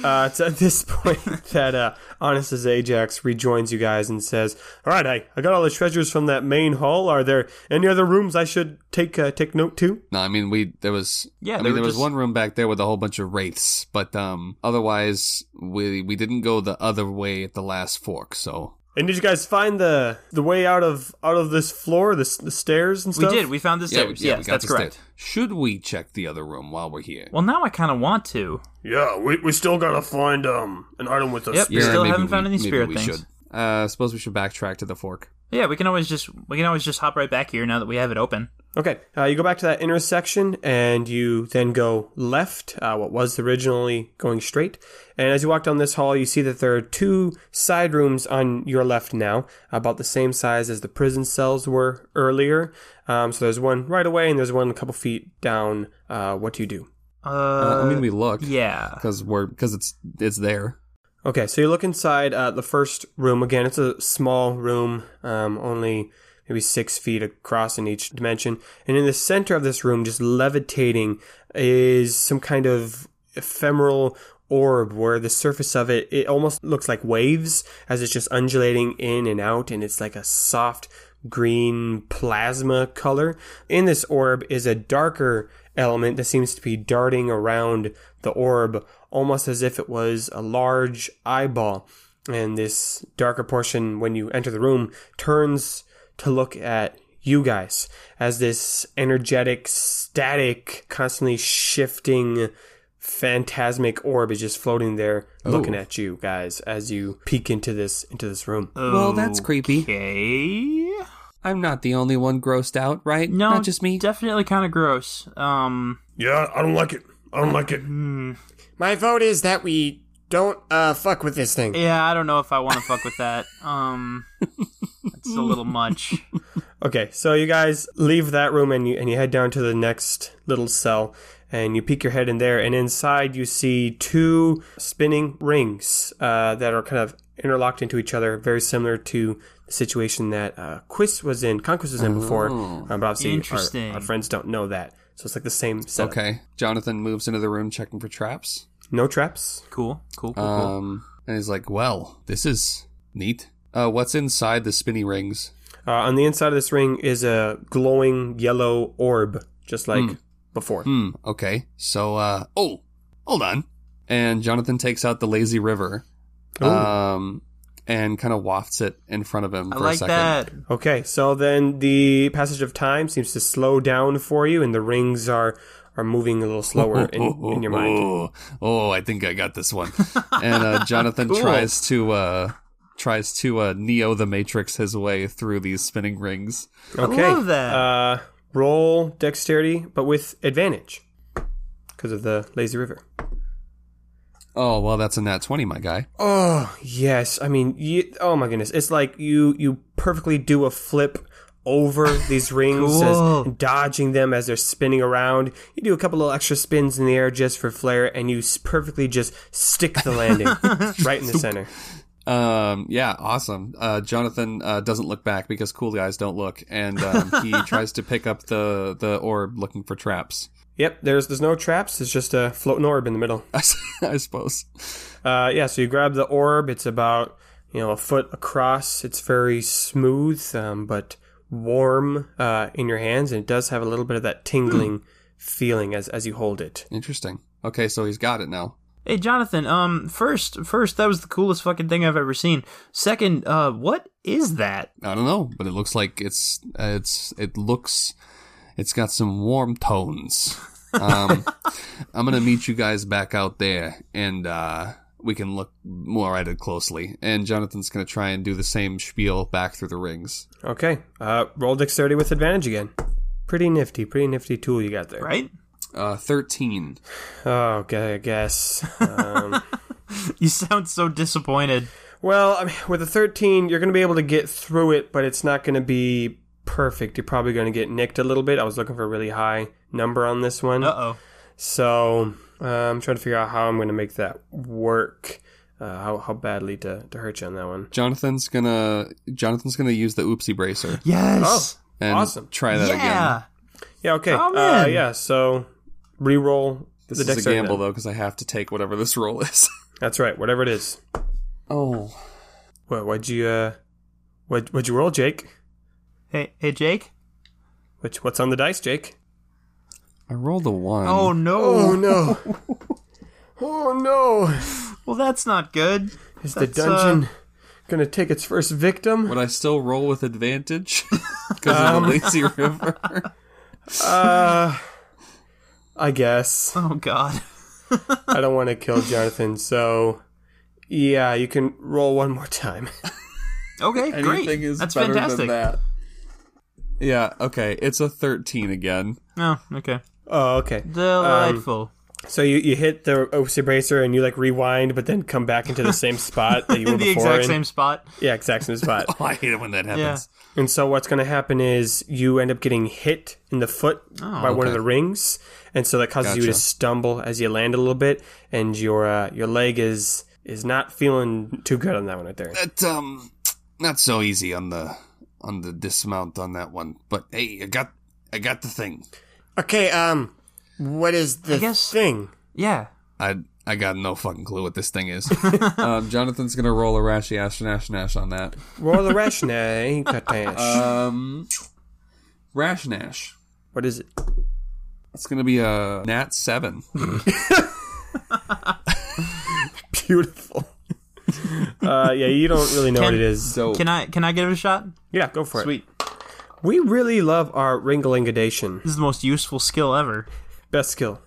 uh, it's at this point that uh, Honest Ajax rejoins you guys and says, "All right, I, I got all the treasures from that main hall. Are there any other rooms I should take uh, take note to?" No, I mean we there was Yeah, I they mean were there was just- one room back there with a whole bunch of wraiths, but um, otherwise we we didn't go the other way at the last fork. So And did you guys find the the way out of out of this floor, the, s- the stairs and We stuff? did. We found the stairs. yeah, yes, that's the correct. stair. Should we check the other room while we're here? Well, now I kind of want to. Yeah, we, we still gotta find um an item with us. Yep. We still maybe haven't found we- any maybe spirit we things. Should. Uh, I suppose we should backtrack to the fork. Yeah, we can always just we can always just hop right back here now that we have it open. Okay, uh, you go back to that intersection and you then go left, uh, what was originally going straight. And as you walk down this hall, you see that there are two side rooms on your left now, about the same size as the prison cells were earlier. Um, so there's one right away and there's one a couple feet down. Uh, what do you do? Uh, Uh, I mean, we looked. yeah. Because we're because it's it's there. Okay, so you look inside uh, the first room. Again, it's a small room, um, only maybe six feet across in each dimension. And in the center of this room, just levitating, is some kind of ephemeral orb where the surface of it it almost looks like waves as it's just undulating in and out and it's like a soft green plasma color. In this orb is a darker element that seems to be darting around the orb almost as if it was a large eyeball. And this darker portion, when you enter the room, turns to look at you guys as this energetic, static, constantly shifting, phantasmic orb is just floating there, looking at you guys as you peek into this into this room. Well, that's creepy. Okay. I'm not the only one grossed out, right? No, not just me. Definitely kind of gross. Um, Yeah, I don't like it. I don't like it. My vote is that we don't uh fuck with this thing. yeah, I don't know if I want to fuck with that. Um, that's a little much. Okay, so you guys leave that room and you and you head down to the next little cell and you peek your head in there and inside you see two spinning rings uh, that are kind of interlocked into each other, very similar to the situation that uh, Quiz was in, Conquest was in before, uh, but obviously Interesting. our, our friends don't know that. So it's like the same setup. Okay. Jonathan moves into the room checking for traps. No traps. Cool, cool, cool, cool. Um, and he's like, "Well, this is neat. Uh, what's inside the spinny rings? Uh, on the inside of this ring is a glowing yellow orb, just like before. Hmm. Okay. So, uh, oh, hold on. And Jonathan takes out the lazy river, um, and kind of wafts it in front of him I for a like second. that. Okay, so then the passage of time seems to slow down for you, and the rings are are moving a little slower in, in your mind. Oh, oh, I think I got this one. and uh, Jonathan tries to uh, tries to uh, neo the Matrix his way through these spinning rings. Okay, love that. Uh, roll dexterity, but with advantage because of the lazy river. Oh well, that's a nat twenty, my guy. Oh yes, I mean, you, oh my goodness, it's like you you perfectly do a flip over these rings, Cool. as, dodging them as they're spinning around. You do a couple little extra spins in the air just for flair, and you s- perfectly just stick the landing right in the center. Um, yeah, awesome. Uh, Jonathan uh, doesn't look back because cool guys don't look, and um, he tries to pick up the the orb looking for traps. Yep, there's there's no traps. It's just a floating orb in the middle. I s- I suppose. Uh, yeah, so you grab the orb. It's about you know a foot across. It's very smooth, um, but warm uh, in your hands, and it does have a little bit of that tingling feeling as as you hold it. Interesting. Okay, so he's got it now. Hey Jonathan, um first first that was the coolest fucking thing I've ever seen. Second, uh what is that? I don't know, but it looks like it's uh, it's it looks it's got some warm tones. Um, I'm gonna meet you guys back out there, and uh, we can look more at it closely. And Jonathan's gonna try and do the same spiel back through the rings. Okay, uh, roll dexterity with advantage again. Pretty nifty, pretty nifty tool you got there. Right? Uh, Thirteen. Oh, okay, I guess. Um, You sound so disappointed. well, I mean, with a thirteen, you're going to be able to get through it, but it's not going to be perfect. You're probably going to get nicked a little bit. I was looking for a really high number on this one. Uh oh. So uh, I'm trying to figure out how I'm going to make that work. Uh, how, how badly to, to hurt you on that one. Jonathan's gonna Jonathan's gonna use the oopsie bracer Yes. and Awesome. try that again. Oh, yeah. Yeah, okay. Oh, uh, man. yeah, so re-roll This the is a dexterity gamble then. though because I have to take whatever this roll is. That's right, whatever it is. oh, What, what'd you, uh, what, what'd you roll, Jake? Hey hey Jake? Which, what's on the dice, Jake? I rolled a one. Oh no. no. oh, no. Well that's not good. Is That's, uh, the dungeon going to take its first victim? Would I still roll with advantage? Because of the lazy river. Uh, I guess. Oh god. I don't want to kill Jonathan, so yeah, you can roll one more time. Okay, great. That's fantastic. that. Yeah, okay. It's a 13 again. Oh, okay. Oh, okay. Delightful. So you, you hit the OC bracer and you like rewind, but then come back into the same spot that you were the before. exact in. same spot. Yeah, exact same spot. Oh, I hate it when that Yeah. happens. and so what's going to happen is you end up getting hit in the foot Oh, by one of okay. the rings, and so that causes you to Gotcha. stumble as you land a little bit, and your uh, your leg is is not feeling too good on that one right there. That, um, not so easy on the on the dismount on that one. But hey, I got I got the thing. Okay, um, what is the guess- thing? Yeah. I I got no fucking clue what this thing is. um, Jonathan's gonna roll a rashy ash nash nash on that. Roll the Rashne. Katash. Um, rash nash. What is it? It's gonna be a nat seven. Beautiful. Uh, yeah, you don't really know what it is. So Can I can I give it a shot? Yeah, go for Sweet. it. We really love our Ringalingadation. This is the most useful skill ever. Best skill.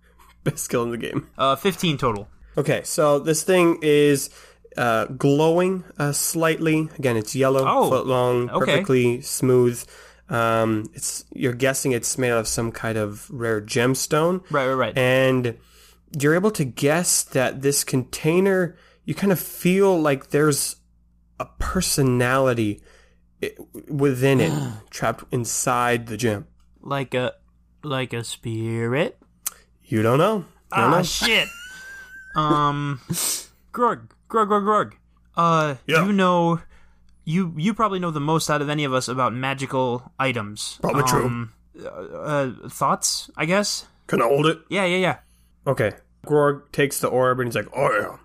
Best skill in the game. Uh, 15 total. Okay, so this thing is uh, glowing uh, slightly. Again, it's yellow, Oh, foot long, okay. perfectly smooth. Um, it's you're guessing it's made out of some kind of rare gemstone, Right, right, right. and you're able to guess that this container. You kind of feel like there's a personality i- within it, trapped inside the gem. like a like a spirit. You don't know. You don't Ah, know. shit. um, Grog, Grog, Grog, Grog. Uh, Yeah. you know, you you probably know the most out of any of us about magical items. Probably true. true. Uh, thoughts, I guess. Can I hold it? Yeah, yeah, yeah. okay, Gorg takes the orb and he's like, Oh yeah,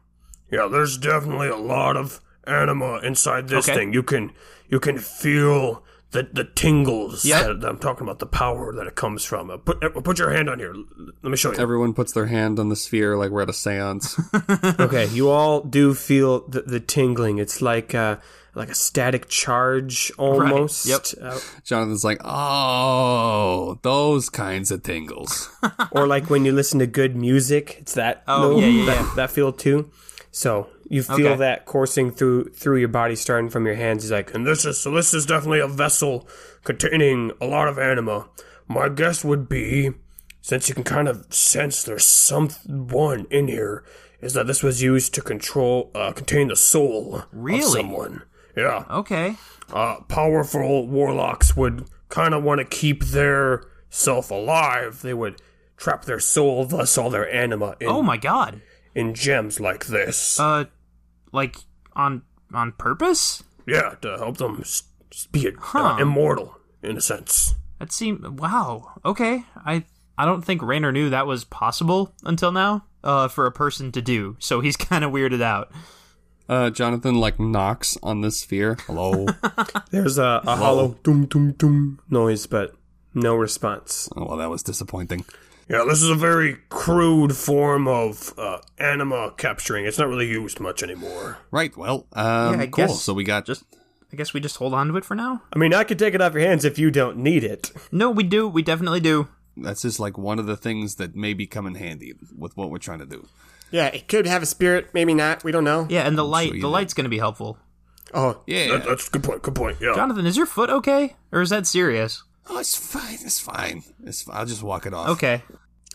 yeah. There's definitely a lot of anima inside this Okay. thing. You can you can feel the the tingles Yep. that, that I'm talking about. The power that it comes from. Uh, put uh, put your hand on here. L- Let me show you. everyone puts their hand on the sphere like we're at a séance. Okay, you all do feel the, the tingling. It's like uh, like a static charge almost. Yep. Uh, Jonathan's like, oh, those kinds of tingles. or like when you listen to good music, it's that. Oh, yeah, yeah, that, yeah. that feel too. So you feel Okay. that coursing through through your body, starting from your hands. It's like And this is so. This is definitely a vessel containing a lot of anima. My guess would be, since you can kind of sense there's someone in here, is that this was used to control, uh, contain the soul Really? of someone. Yeah. Okay. uh, powerful warlocks would kind of want to keep their self alive. They would trap their soul, thus all their anima, in, Oh my god. in gems like this. Uh, like on on purpose. yeah, to help them s- s- be uh, Huh. immortal, in a sense. That seemed wow. Okay, I I don't think Rayner knew that was possible until now. Uh, for a person to do, so he's kind of weirded out. Uh, Jonathan like knocks on the sphere. Hello. there's a, a hollow dum dum dum noise, but no response. oh, well, that was disappointing. Yeah, this is a very crude form of uh, anima capturing. It's not really used much anymore. Right. Well, um, I cool. guess So we got Just, I guess we just hold on to it for now. I mean, I could take it off your hands if you don't need it. No, we do. We definitely do. that's just like one of the things that maybe come in handy with what we're trying to do. Yeah, it could have a spirit, maybe not. We don't know. Yeah, and the light. sure the you do. light's going to be helpful. Oh, Yeah. That, that's a good point, good point. Yeah. Jonathan, is your foot okay, or is that serious? oh, it's fine. It's fine. It's. I'll just walk it off. Okay,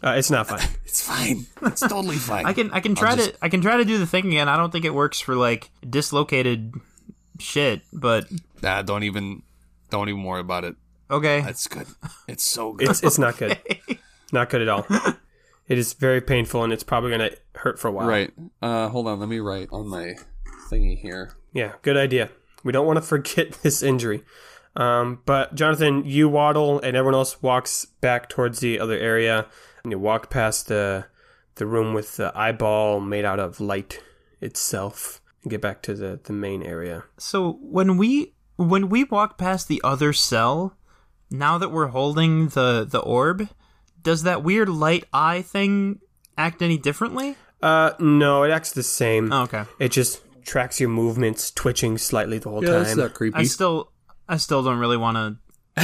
uh, it's not fine. It's fine. It's totally fine. I can. I can try to. I can try to do the thing again. I don't think it works for like dislocated shit, but Nah, don't even. Don't even worry about it. okay. That's good. It's so good. It's it's not good. Not good at all. It is very painful and it's probably going to hurt for a while. right. Uh, hold on. Let me write on my thingy here. Yeah, good idea. We don't want to forget this injury. Um, but Jonathan, you waddle and everyone else walks back towards the other area and you walk past the the room with the eyeball made out of light itself and get back to the, the main area. So when we when we walk past the other cell, now that we're holding the the orb, does that weird light eye thing act any differently? Uh no, it acts the same. Oh, okay. It just tracks your movements, twitching slightly the whole time. creepy. I still I still don't really want to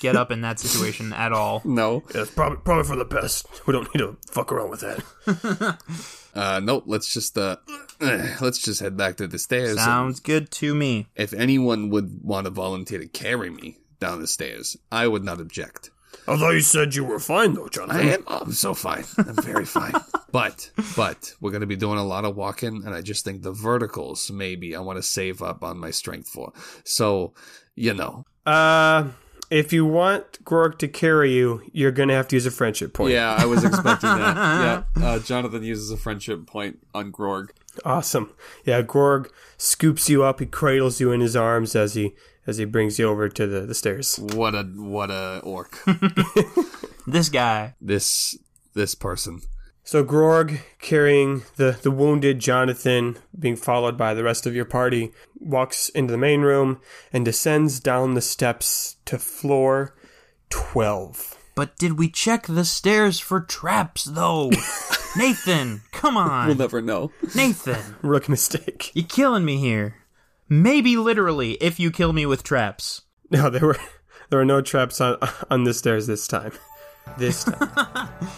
get up in that situation at all. no. Yeah, it's probably, probably for the best. We don't need to fuck around with that. Uh, nope. Let's just uh, let's just head back to the stairs. Sounds good to me. if anyone would want to volunteer to carry me down the stairs, I would not object. Although you said you were fine, though, Jonathan. I am. oh, I'm so fine. I'm very fine. But but we're gonna be doing a lot of walking, and I just think the verticals maybe I want to save up on my strength for. So you know, Uh, if you want Gorg to carry you, you're gonna have to use a friendship point. yeah, I was expecting that. Yeah, uh, Jonathan uses a friendship point on Grog. Awesome. Yeah, Gorg scoops you up. He cradles you in his arms as he as he brings you over to the, the stairs. What a what a orc. This guy. this this person. So Grog carrying the, the wounded Jonathan, being followed by the rest of your party, walks into the main room and descends down the steps to floor 12. But did we check the stairs for traps, though? Nathan, come We'll on. never know. Nathan, Rook mistake. you're killing me here. Maybe literally, if you kill me with traps. No, there were there were no traps on on the stairs this time. This time.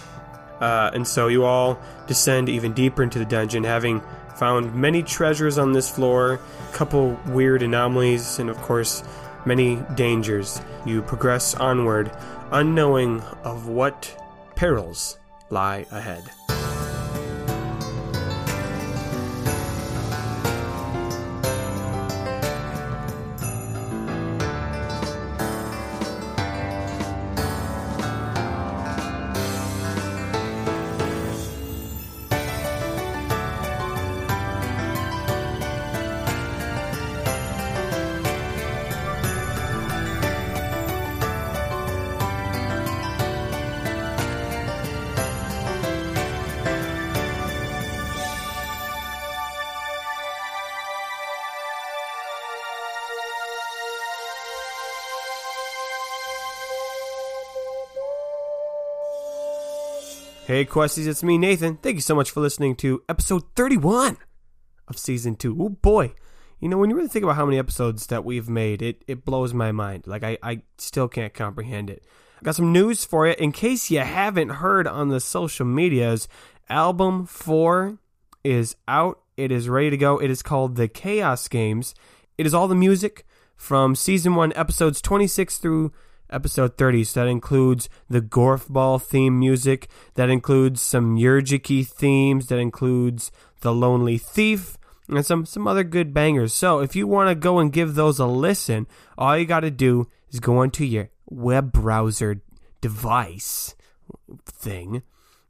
uh, and so you all descend even deeper into the dungeon, having found many treasures on this floor, a couple weird anomalies, and of course, many dangers. You progress onward, unknowing of what perils lie ahead. Hey, Questies, it's me, Nathan. Thank you so much for listening to episode 31 of season two. Oh, boy. You know, when you really think about how many episodes that we've made, it, it blows my mind. Like, I, I still can't comprehend it. I got some news for you. In case you haven't heard on the social medias, album four is out. It is ready to go. It is called The Chaos Games. It is all the music from season one, episodes 26 through episode 30. So that includes the Gorf Ball theme music, that includes some Yurgiki themes, that includes The Lonely Thief, and some, some other good bangers. So if you want to go and give those a listen, all you got to do is go onto your web browser device thing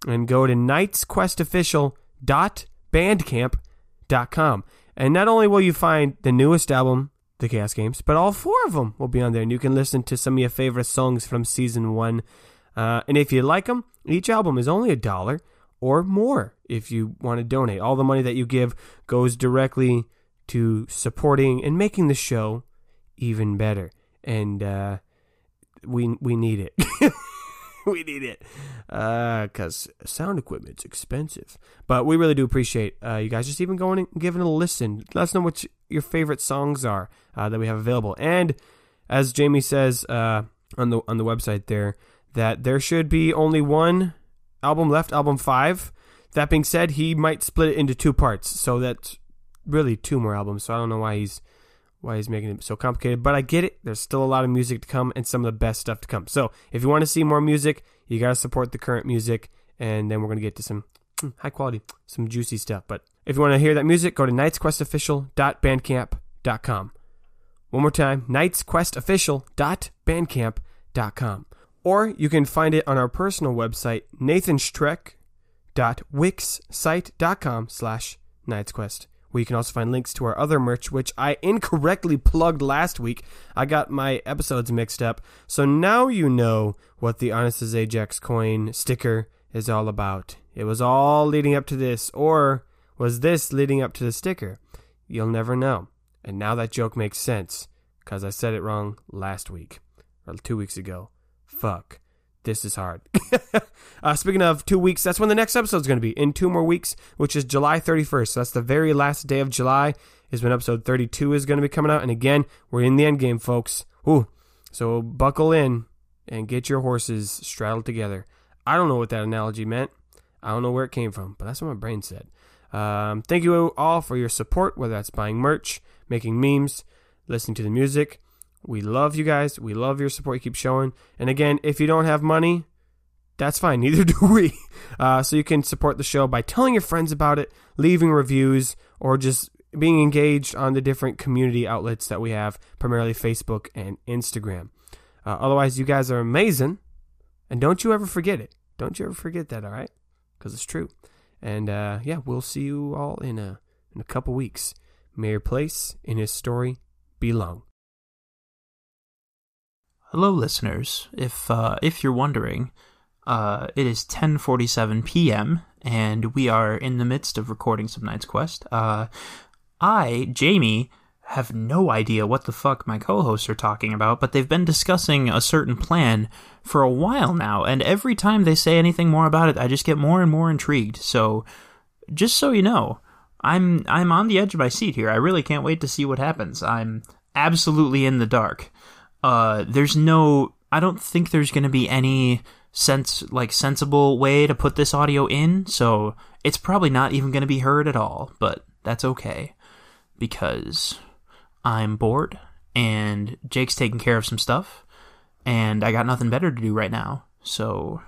and go to knightsquestofficial.bandcamp.com. And not only will you find the newest album, The Chaos Games, but all four of them will be on there. And you can listen to some of your favorite songs from season one. Uh, and if you like them, each album is only a dollar or more if you want to donate. All the money that you give goes directly to supporting and making the show even better. And uh, we, we need it. we need it because sound equipment's expensive. But we really do appreciate uh, you guys just even going and giving it a listen. Let us know what y- your favorite songs are uh, that we have available. And as Jamie says uh, on the on the website there, that there should be only one album left, album five. That being said, he might split it into two parts, so that's really two more albums. So I don't know why he's why he's making it so complicated, but I get it. There's still a lot of music to come and some of the best stuff to come. So if you want to see more music, you got to support the current music, and then we're going to get to some mm, high quality, some juicy stuff. But if you want to hear that music, go to knightsquestofficial.bandcamp.com. One more time, knightsquestofficial.bandcamp.com. Or you can find it on our personal website, nathanstreck.wixsite.com slash knightsquest, where you can also find links to our other merch, which I incorrectly plugged last week. I got my episodes mixed up. So now you know what the Honest as Ajax coin sticker is all about. It was all leading up to this, or was this leading up to the sticker? You'll never know. And now that joke makes sense, because I said it wrong last week, or two weeks ago. Fuck. This is hard. uh, speaking of two weeks, that's when the next episode's going to be. In two more weeks, which is July 31st. So that's the very last day of July, is when episode 32 is going to be coming out. And again, we're in the end game, folks. Ooh. So buckle in and get your horses straddled together. I don't know what that analogy meant. I don't know where it came from, but that's what my brain said. Um, thank you all for your support, whether that's buying merch, making memes, listening to the music. We love you guys. We love your support you keep showing. And again, if you don't have money, that's fine. Neither do we. Uh, so you can support the show by telling your friends about it, leaving reviews, or just being engaged on the different community outlets that we have, primarily Facebook and Instagram. Uh, otherwise, you guys are amazing. And don't you ever forget it. Don't you ever forget that, all right? Because it's true. And uh, yeah, we'll see you all in a, in a couple weeks. May your place in his story be long. Hello, listeners. If uh, if you're wondering, Uh, it is 10:47 p.m. and we are in the midst of recording some Night's Quest. Uh, I, Jamie, have no idea what the fuck my co-hosts are talking about, but they've been discussing a certain plan for a while now, and every time they say anything more about it, I just get more and more intrigued. So, just so you know, I'm I'm on the edge of my seat here. I really can't wait to see what happens. I'm absolutely in the dark. Uh, there's no. I don't think there's going to be any sense like sensible way to put this audio in, so it's probably not even going to be heard at all. But that's okay because I'm bored and Jake's taking care of some stuff, and I got nothing better to do right now. So